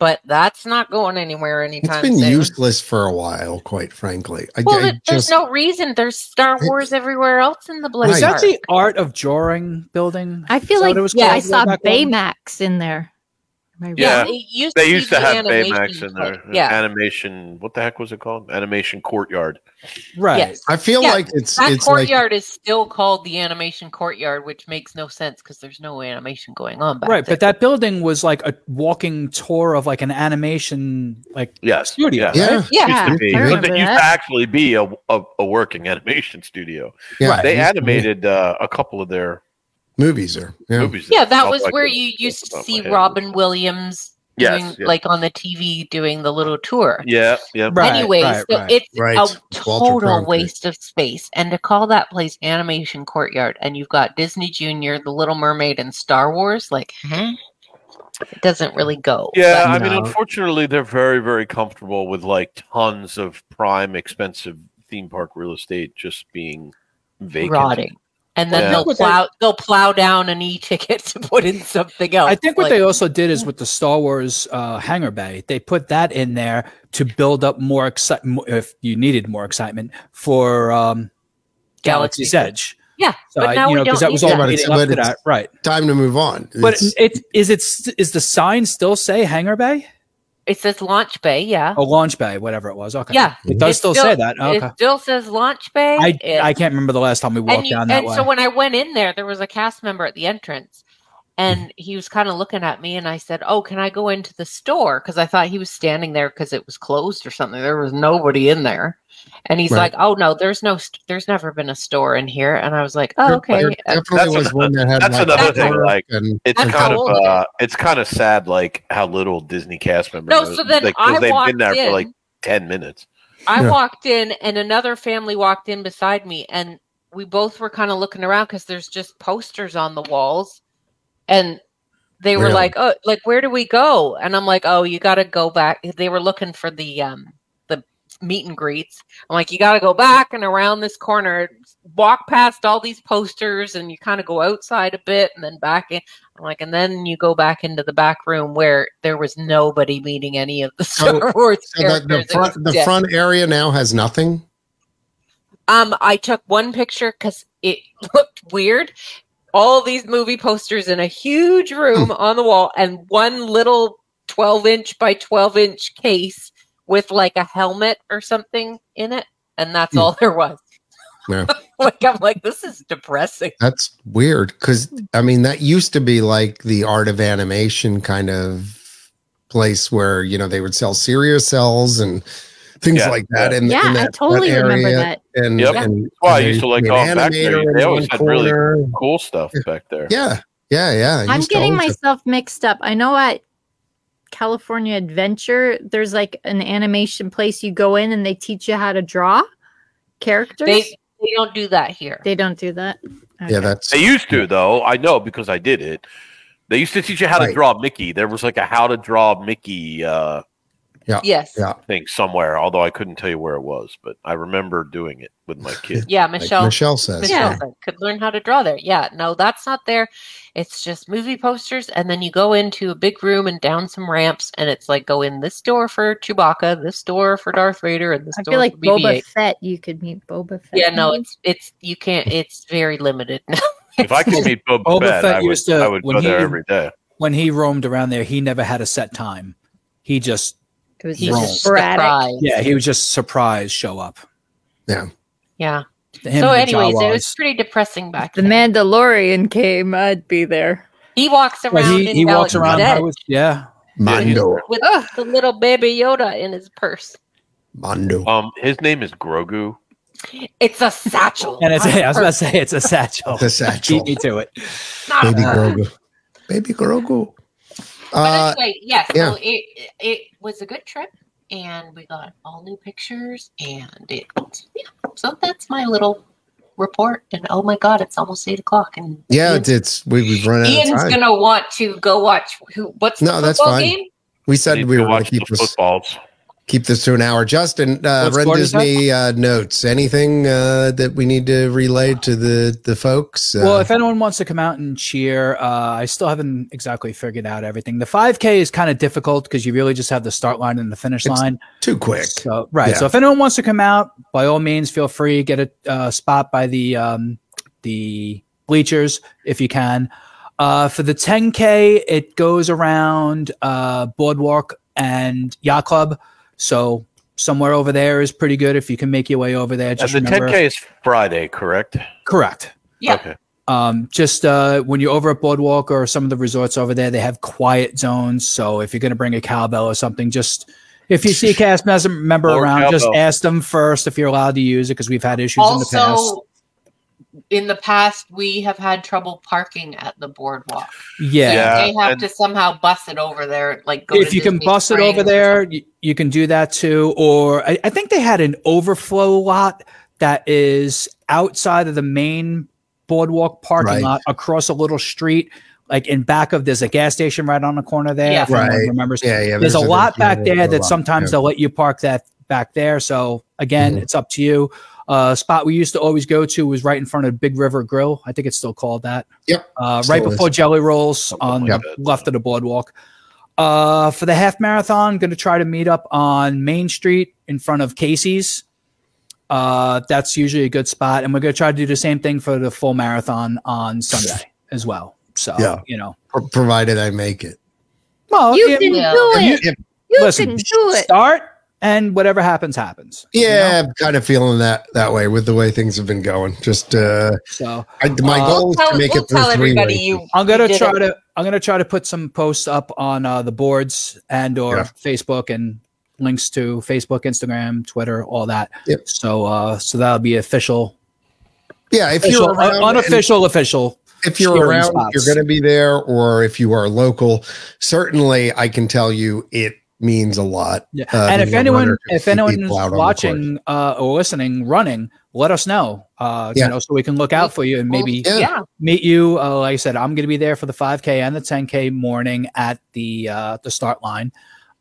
S6: But that's not going anywhere
S3: It's
S6: anytime
S3: been
S6: soon.
S3: useless for a while, quite frankly. I,
S6: well,
S3: I
S6: th- there's
S3: just
S6: no reason. There's Star
S3: It-
S6: Wars everywhere else in the bloody
S1: Was
S3: Right.
S1: that
S6: park.
S1: the art of drawing building?
S4: I feel
S1: Is that
S4: like
S1: what it was
S4: yeah,
S1: called
S4: I saw
S1: back when?
S4: Baymax in there. Am I right?
S5: Yeah.
S6: it used
S5: They
S6: be
S5: used to
S6: the
S5: have Baymax
S6: animation
S5: in there.
S6: place. Yeah,
S5: Animation. What the heck was it called? Animation Courtyard.
S1: Right.
S6: Yes.
S3: I feel
S6: Yeah,
S3: like it's
S6: That
S3: it's like
S6: courtyard is still called the animation courtyard, which makes no sense because there's no animation going on. Back
S1: Right, but
S6: there.
S1: that building was like a walking tour of like an animation like
S5: Yes.
S1: studio.
S5: Yeah.
S1: right?
S3: yeah,
S4: Yeah,
S5: Used to be.
S4: I
S5: It used
S4: remember
S5: to
S4: that.
S5: actually be a, a, a working animation studio.
S3: yeah.
S1: Right.
S5: They
S3: These
S5: animated uh, a couple of their
S3: movies are yeah.
S5: movies.
S6: yeah, that
S5: Not
S6: was
S5: like
S6: where
S5: it-
S6: you used
S5: off the
S6: to
S5: top of
S6: see
S5: my head.
S6: Robin Williams
S5: Yes,
S6: doing,
S5: yes.
S6: like on the TV doing the little tour.
S5: Yeah. Yeah.
S1: Right,
S6: Anyways,
S1: right,
S6: so
S1: right.
S6: it's
S3: Right.
S6: a
S3: Walter
S6: total
S3: Cronkite.
S6: waste of space. And to call that place Animation Courtyard, and you've got Disney Junior, The Little Mermaid, and Star Wars, like hmm, it doesn't really go.
S5: Yeah,
S3: But-
S5: I mean,
S3: No.
S5: unfortunately, they're very, very comfortable with like tons of prime, expensive theme park real estate just being vacant.
S6: rotting. And then
S5: Yeah.
S6: they'll plow they'll plow down an e ticket to put in something else.
S1: I think what
S6: like-
S1: they also did is with the Star Wars uh, hangar bay, they put that in there to build up more excitement if you needed more excitement for um, Galaxy's
S6: Galaxy's
S1: Edge.
S6: Yeah,
S1: So
S6: but
S1: I, you
S6: now we
S1: know because
S6: don't
S1: that was
S6: need
S1: all
S6: that.
S3: But
S1: leading
S3: it's-
S1: up
S3: but
S1: to
S3: it's-
S1: that, right?
S3: Time to move on.
S1: But
S3: It's-
S1: it is it s- is the sign still say hangar bay
S6: it says launch bay, yeah.
S1: or launch bay, whatever it was? Oh, Okay,
S6: Yeah.
S1: it does
S6: It
S1: still,
S6: still-
S1: say that. Okay,
S6: It still says launch bay.
S1: I
S6: It-
S1: I can't remember the last time we walked
S6: and you-
S1: down that
S6: and
S1: way.
S6: so when I went in there, there was a cast member at the entrance,
S1: Mm.
S6: and he was kind of looking at me, and I said, "Oh, can I go into the store?" Because I thought he was standing there because it was closed or something. There was nobody in there, and he's
S3: Right.
S6: like, "Oh no, there's no, st- there's never been a store in here." And I was like, "Oh,
S3: there-
S6: okay."
S3: there definitely
S5: That's
S3: was
S5: an-
S3: one that had
S5: that's
S3: like
S5: another
S6: thing,
S3: artwork
S5: like-
S3: and
S5: It's
S6: That's
S5: kind
S6: how
S5: of
S6: old it
S5: uh, it's kind of sad, like how little Disney cast members.
S6: no,
S5: know,
S6: so then
S5: like, 'cause
S6: I
S5: they've
S6: walked
S5: been there
S6: in.
S5: for like ten minutes.
S6: I
S3: Yeah.
S6: walked in, and another family walked in beside me, and we both were kind of looking around because there's just posters on the walls, and they were
S3: Really?
S6: like, "Oh, like where do we go?" And I'm like, "Oh, you got to go back." They were looking for the um the meet and greets. I'm like, "You got to go back and around this corner, walk past all these posters, and you kind of go outside a bit, and then back in." I'm like, and then you go back into the back room where there was nobody meeting any of the
S3: So-
S6: Star Wars
S3: so the, the
S6: characters. It was
S3: front the
S6: dead.
S3: front area now has nothing.
S6: Um, I took one picture because it looked weird. All these movie posters in a huge
S3: Hmm.
S6: room on the wall, and one little twelve inch by twelve inch case with like a helmet or something in it, and that's all there was.
S3: Hmm. Yeah.
S6: like I'm like, this is depressing.
S3: That's weird because I mean that used to be like the art of animation kind of place where you know they would sell cereal cells and things
S5: Yeah,
S3: like that.
S5: yeah.
S3: In,
S4: Yeah,
S3: in
S4: I
S3: that
S4: totally
S3: front
S4: remember
S3: area.
S4: that.
S3: And,
S5: Yep.
S3: and
S5: Well, I
S3: and
S5: used to like
S3: an
S5: going back there.
S3: animator in
S5: They
S3: one
S5: always had really-
S3: corner.
S5: Cool stuff back there.
S3: yeah yeah yeah. I
S4: I'm
S3: used to
S4: getting
S3: always-
S4: myself mixed up. I know at California Adventure, there's like an animation place you go in and they teach you how to draw characters.
S6: They
S4: They,
S6: they don't do that here.
S4: don't do that.
S3: Yeah,
S4: Okay.
S3: that's
S5: They used to though. I know because I did it. They used to teach you how
S3: Right.
S5: to draw Mickey. There was like a how to draw Mickey uh,
S6: Yes.
S3: Yeah.
S6: Yeah,
S5: thing somewhere, although I couldn't tell you where it was. But I remember doing it with my kids.
S3: like
S6: Michelle.
S3: Michelle says. uh,
S6: Michelle
S3: yeah.
S6: said, could learn how to draw there. Yeah, no, that's not there. It's just movie posters, and then you go into a big room and down some ramps, and it's like go in this door for Chewbacca, this door for Darth Vader, and this
S4: I
S6: door
S4: feel like
S6: for
S4: Boba
S6: BB-8.
S4: Fett. You could meet Boba Fett.
S6: Yeah, no,
S4: maybe?
S6: it's it's you can't. It's very limited.
S5: If I could meet Boba,
S1: Boba
S5: Fett,
S1: Fett
S5: I would,
S1: used to-
S5: I would
S1: when
S5: go
S1: he
S5: there
S1: did-
S5: every day.
S1: When he roamed around there, he never had a set time. He just
S4: it was
S6: He's
S1: Wrong.
S6: just
S4: just sporadic.
S6: surprised.
S1: yeah, he was just surprised show up.
S6: Yeah.
S1: Him
S6: so,
S1: and the
S6: anyways, it
S1: Jawas.
S6: was pretty depressing back
S7: The
S6: then.
S7: Mandalorian came, I'd be there.
S6: He walks
S1: Yeah,
S6: around.
S1: he,
S6: in
S1: he walks
S6: Galaxy's
S1: around.
S6: Edge
S1: highways- yeah,
S3: Mondo.
S6: with
S7: Ugh.
S6: the little baby Yoda in his purse.
S3: Mondo.
S5: Um, his name is Grogu.
S6: It's a satchel.
S1: and it's,
S6: not a
S1: I was about to
S6: purse.
S1: say it's a satchel.
S3: The satchel.
S1: Beat me to it.
S6: Not a
S3: Baby
S6: purse.
S3: Grogu. Baby Grogu. Uh,
S6: But anyway, yes,
S3: yeah.
S6: so it it was a good trip, and we got all new pictures, and it yeah. So that's my little report. And oh my god, it's almost eight o'clock, and
S3: yeah,
S6: Ian,
S3: it's, it's we, we've run out of
S6: Ian's
S3: time.
S6: gonna want to go watch who? What's
S3: No,
S6: the
S3: that's
S6: football
S3: fine.
S6: game?
S3: we
S5: Need
S3: said
S5: to
S3: we were going
S5: watch
S3: to keep
S5: those
S3: this
S5: footballs.
S3: keep this to an hour. Justin, uh,
S1: What
S3: Ren
S1: score is that?
S3: Disney uh, notes. Anything uh, that we need to relay to the the folks? Uh,
S1: Well, if anyone wants to come out and cheer, uh, I still haven't exactly figured out everything. The 5K is kind of difficult because you really just have the start line and the finish
S3: It's
S1: line.
S3: too quick.
S1: So, right.
S3: Yeah.
S1: So if anyone wants to come out, by all means, feel free. Get a uh, spot by the um, the bleachers if you can. Uh, for the 10K, it goes around uh, Boardwalk and Yacht Club. So somewhere over there is pretty good if you can make your way over there.
S5: And
S1: Just
S5: the
S1: remember,
S5: 10K is Friday, correct?
S1: correct.
S6: Yeah.
S5: Okay.
S1: Um, just uh, when you're over at Boardwalk or some of the resorts over there, they have quiet zones. So if you're going to bring a cowbell or something, just if you see a cast mes- member
S5: Or a
S1: around, just
S5: cowbell.
S1: ask them first if you're allowed to use it because we've had issues in the past.
S6: also, in the past, we have had trouble parking at the boardwalk.
S1: Yeah.
S5: Yeah.
S6: they have
S5: and-
S6: to somehow bus it over there. Like, go
S1: If
S6: to
S1: you can
S6: Disney
S1: bus it over
S6: Springs.
S1: there, you, you can do that too. Or I, I think they had an overflow lot that is outside of the main boardwalk parking
S3: Right.
S1: lot across a little street. Like in back of there's a gas station right on the corner there.
S6: Yeah.
S1: If anyone
S3: Right.
S1: remembers.
S3: Yeah, yeah.
S1: there's a lot back
S3: little
S1: there that
S3: lot.
S1: sometimes
S3: Yeah.
S1: they'll let you park that back there. So again,
S3: Mhm.
S1: it's up to you. Uh, spot we used to always go to was right in front of Big River Grill. I think it's still called that.
S3: Yep.
S1: Uh,
S3: Still
S1: right
S3: is.
S1: before Jelly Rolls
S5: Something
S1: on
S5: like
S1: the
S5: that.
S1: left of the boardwalk. Uh, for the half marathon, going to try to meet up on Main Street in front of Casey's. Uh, that's usually a good spot, and we're going to try to do the same thing for the full marathon on Sunday as well. So
S3: Yeah.
S1: you know,
S3: Pro- provided I make it.
S1: well,
S4: You
S1: yeah,
S4: can
S6: Yeah.
S4: do
S3: If you-
S4: it.
S3: if-
S4: You
S1: listen,
S4: can do it.
S1: start and whatever happens happens you
S3: yeah,
S1: know?
S3: I'm kind of feeling that that way with the way things have been going. Just uh,
S1: so
S3: I, my
S1: Uh,
S3: goal is to make
S6: we'll
S3: it through three
S6: everybody
S3: races.
S6: you.
S1: i'm
S6: you
S1: gonna
S6: did
S1: try
S6: it.
S1: to i'm gonna try to put some posts up on uh, the boards and or
S3: Yeah.
S1: facebook and links to facebook instagram twitter all that
S3: Yep.
S1: so uh so that'll be official,
S3: Yeah, if you're
S1: official uh,
S3: around, and-
S1: unofficial official
S3: if you're
S1: Cheering
S3: around,
S1: spots.
S3: you're going to be there, or if you are local, certainly I can tell you it means a lot.
S1: Yeah.
S3: Uh,
S1: and if
S3: being a
S1: anyone
S3: runner can
S1: if
S3: see
S1: anyone is
S3: people out on the
S1: watching uh or listening running let us know uh
S3: Yeah.
S1: you know so we can look out for you and
S6: Well,
S1: maybe
S3: Yeah.
S6: yeah.
S1: meet you. Uh, like I said, I'm going to be there for the 5K and the 10K morning at the uh, the start line.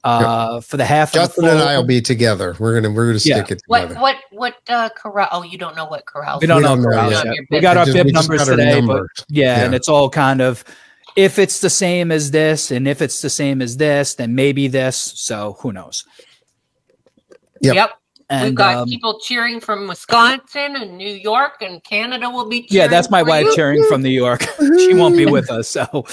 S1: Uh, For the half, and the
S3: Justin and
S1: full-
S3: I will be together. We're gonna we're gonna
S1: Yeah.
S3: stick it
S6: What
S3: together.
S6: what what uh corral oh you don't know what corral
S1: We don't
S3: we
S1: know
S3: don't know
S1: corrals
S3: yet.
S1: yet.
S6: We
S1: We got
S3: I
S1: our
S3: just-
S1: bib
S3: we just
S1: numbers
S3: got our
S1: today, but
S3: numbers.
S1: yeah, and
S3: Yeah.
S1: it's all kind of if it's the same as this, and if it's the same as this, then maybe this. So who knows?
S3: Yep.
S6: Yep.
S1: And
S6: We've got
S1: um,
S6: people cheering from Wisconsin and New York and Canada will be cheering.
S1: yeah, that's my
S6: for
S1: wife
S6: you.
S1: cheering from New York. she won't be with us, so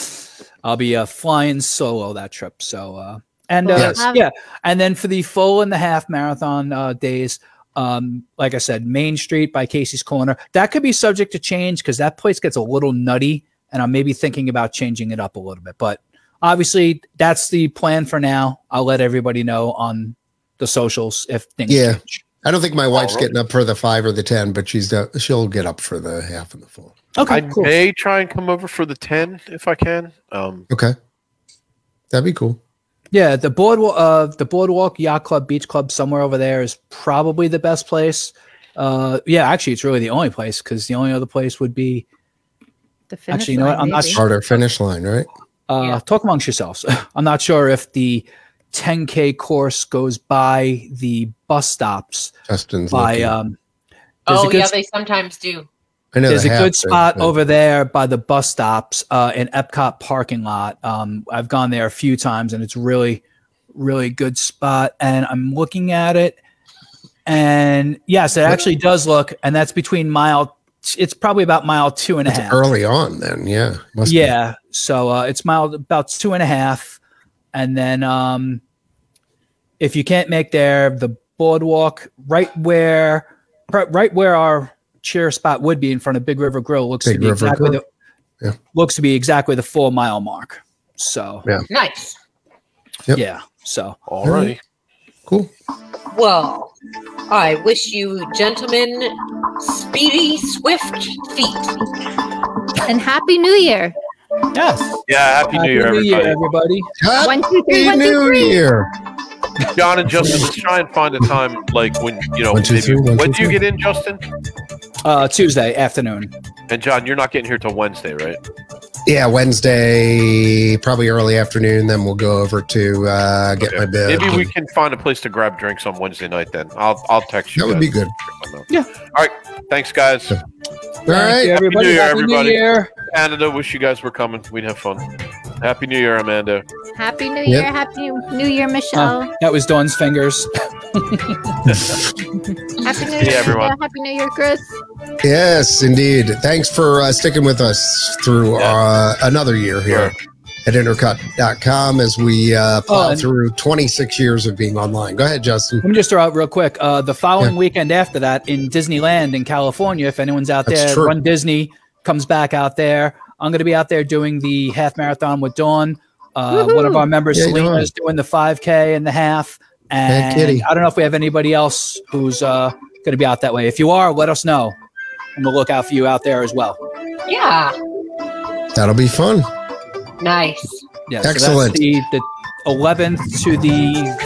S1: I'll be uh, flying solo that trip. So uh, and uh,
S3: Yes.
S1: yeah, and then for the full and the half marathon uh, days, um, like I said, Main Street by Casey's Corner. That could be subject to change because that place gets a little nutty, and I'm maybe thinking about changing it up a little bit. But obviously, that's the plan for now. I'll let everybody know on the socials if things
S3: Yeah.
S1: change.
S3: I don't think
S1: Oh,
S3: my wife's
S5: Alright.
S3: getting up for the five or the ten, but she's uh, she'll get up for the half and the full.
S1: Okay,
S5: I
S1: cool.
S5: may try and come over for the 10 if I can. Um,
S3: Okay, that'd be cool.
S1: Yeah, the boardwalk, uh, the boardwalk yacht club, beach club, somewhere over there is probably the best place. Uh, yeah, actually, it's really the only place because the only other place would be
S4: The finish
S1: Actually, you know what?
S4: line,
S1: I'm not
S4: maybe.
S1: sure.
S3: Harder finish line, right?
S1: Uh,
S6: Yeah.
S1: Talk amongst yourselves. I'm not sure if the 10K course goes by the bus stops
S3: Justin's.
S1: by.
S3: looking.
S1: Um, there's
S6: Oh
S1: a good
S6: yeah, they sometimes do.
S3: I know
S1: There's
S3: they
S1: a
S3: have
S1: good
S3: to,
S1: spot
S3: but-
S1: over there by the bus stops uh, in Epcot parking lot. Um, I've gone there a few times, and it's really, really good spot. And I'm looking at it, and yes, it actually does look. And that's between mile. It's probably about mile two and a
S3: It's
S1: half.
S3: early on, then. Yeah. Must be.
S1: Yeah, so uh, it's mile about two and a half, and then um, if you can't make there, the boardwalk right where pri- right where our chair spot would be in front of Big River Grill looks to
S3: Big
S1: be
S3: River
S1: exactly
S3: Grill.
S1: the
S3: Yeah.
S1: looks to be exactly the four mile mark. So
S3: Yeah.
S6: Nice.
S3: Yep.
S1: yeah, so
S5: All right.
S3: Cool.
S6: Well, I wish you gentlemen speedy, swift feet.
S4: And happy New Year!
S1: yes,
S5: Yeah, happy, new year, everybody.
S1: everybody.
S3: Happy
S4: One, two, three, one, two,
S3: New
S4: three.
S3: Year.
S5: John and Justin, let's try and find a time like when you know
S3: One, two,
S5: maybe-
S3: three, one,
S5: when
S3: two,
S5: do
S3: three.
S5: you get in, Justin?
S1: Uh, Tuesday afternoon.
S5: And John, you're not getting here till Wednesday, right?
S3: Yeah, Wednesday, probably early afternoon. Then we'll go over to uh, get
S5: Okay.
S3: my bed.
S5: Maybe we can find a place to grab drinks on Wednesday night. Then I'll I'll text you.
S3: That would
S5: guys.
S3: be good.
S1: Yeah.
S5: All right. Thanks, guys.
S3: All right.
S1: everybody.
S5: New Year,
S1: Happy New
S5: everybody.
S1: Year.
S5: Canada, wish you guys were coming. We'd have fun. Happy New Year, Amanda.
S4: Happy New
S3: Yep.
S4: Year! Happy New Year, Michelle!
S1: Oh, that was Dawn's fingers.
S4: happy New
S5: Yeah,
S4: Year,
S5: everyone.
S4: Michelle. Happy New Year, Chris!
S3: Yes, indeed. Thanks for uh, sticking with us through
S5: Yeah.
S3: uh, another year here at intercut.com as we uh, plow
S1: Oh, and-
S3: through 26 years of being online. Go ahead, Justin.
S1: Let me just throw out real quick. Uh, the following weekend after that in Disneyland in California, if anyone's out
S3: That's
S1: there,
S3: true.
S1: Run Disney comes back out there. I'm going to be out there doing the half marathon with Dawn. Uh, one of our members,
S3: Yeah,
S1: Selena,
S3: Dawn.
S1: is doing the 5K and the half. And
S3: kitty.
S1: I don't know if we have anybody else who's uh, going to be out that way. If you are, let us know. I'm going to look out for you out there as well.
S6: Yeah.
S3: That'll be fun.
S6: Nice.
S1: Yeah,
S3: Excellent.
S1: So that's the, the 11th to the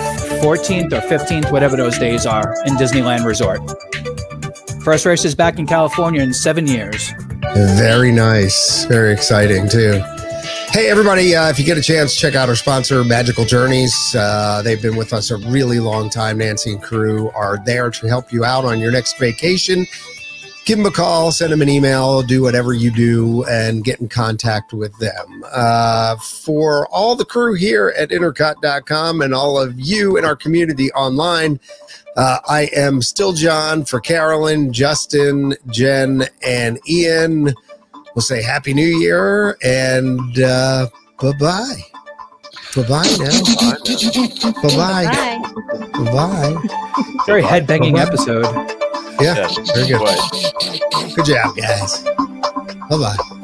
S1: 14th or 15th, whatever those days are, in Disneyland Resort. First race is back in California in seven years.
S3: Very nice. Very exciting, too. Hey, everybody, uh, if you get a chance, check out our sponsor, Magical Journeys. Uh, they've been with us a really long time. Nancy and crew are there to help you out on your next vacation. Give them a call, send them an email, do whatever you do, and get in contact with them. Uh, for all the crew here at intercot.com and all of you in our community online, uh, I am still John for Carolyn, Justin, Jen, and Ian. We'll say Happy New Year and uh, bye bye. Bye bye now.
S5: Bye now.
S3: Bye bye.
S4: Bye.
S3: Bye bye.
S1: Very headbanging
S3: Bye-bye.
S1: episode.
S3: Yeah,
S5: Yeah.
S3: very good.
S5: Bye.
S3: Good job, guys. Bye bye.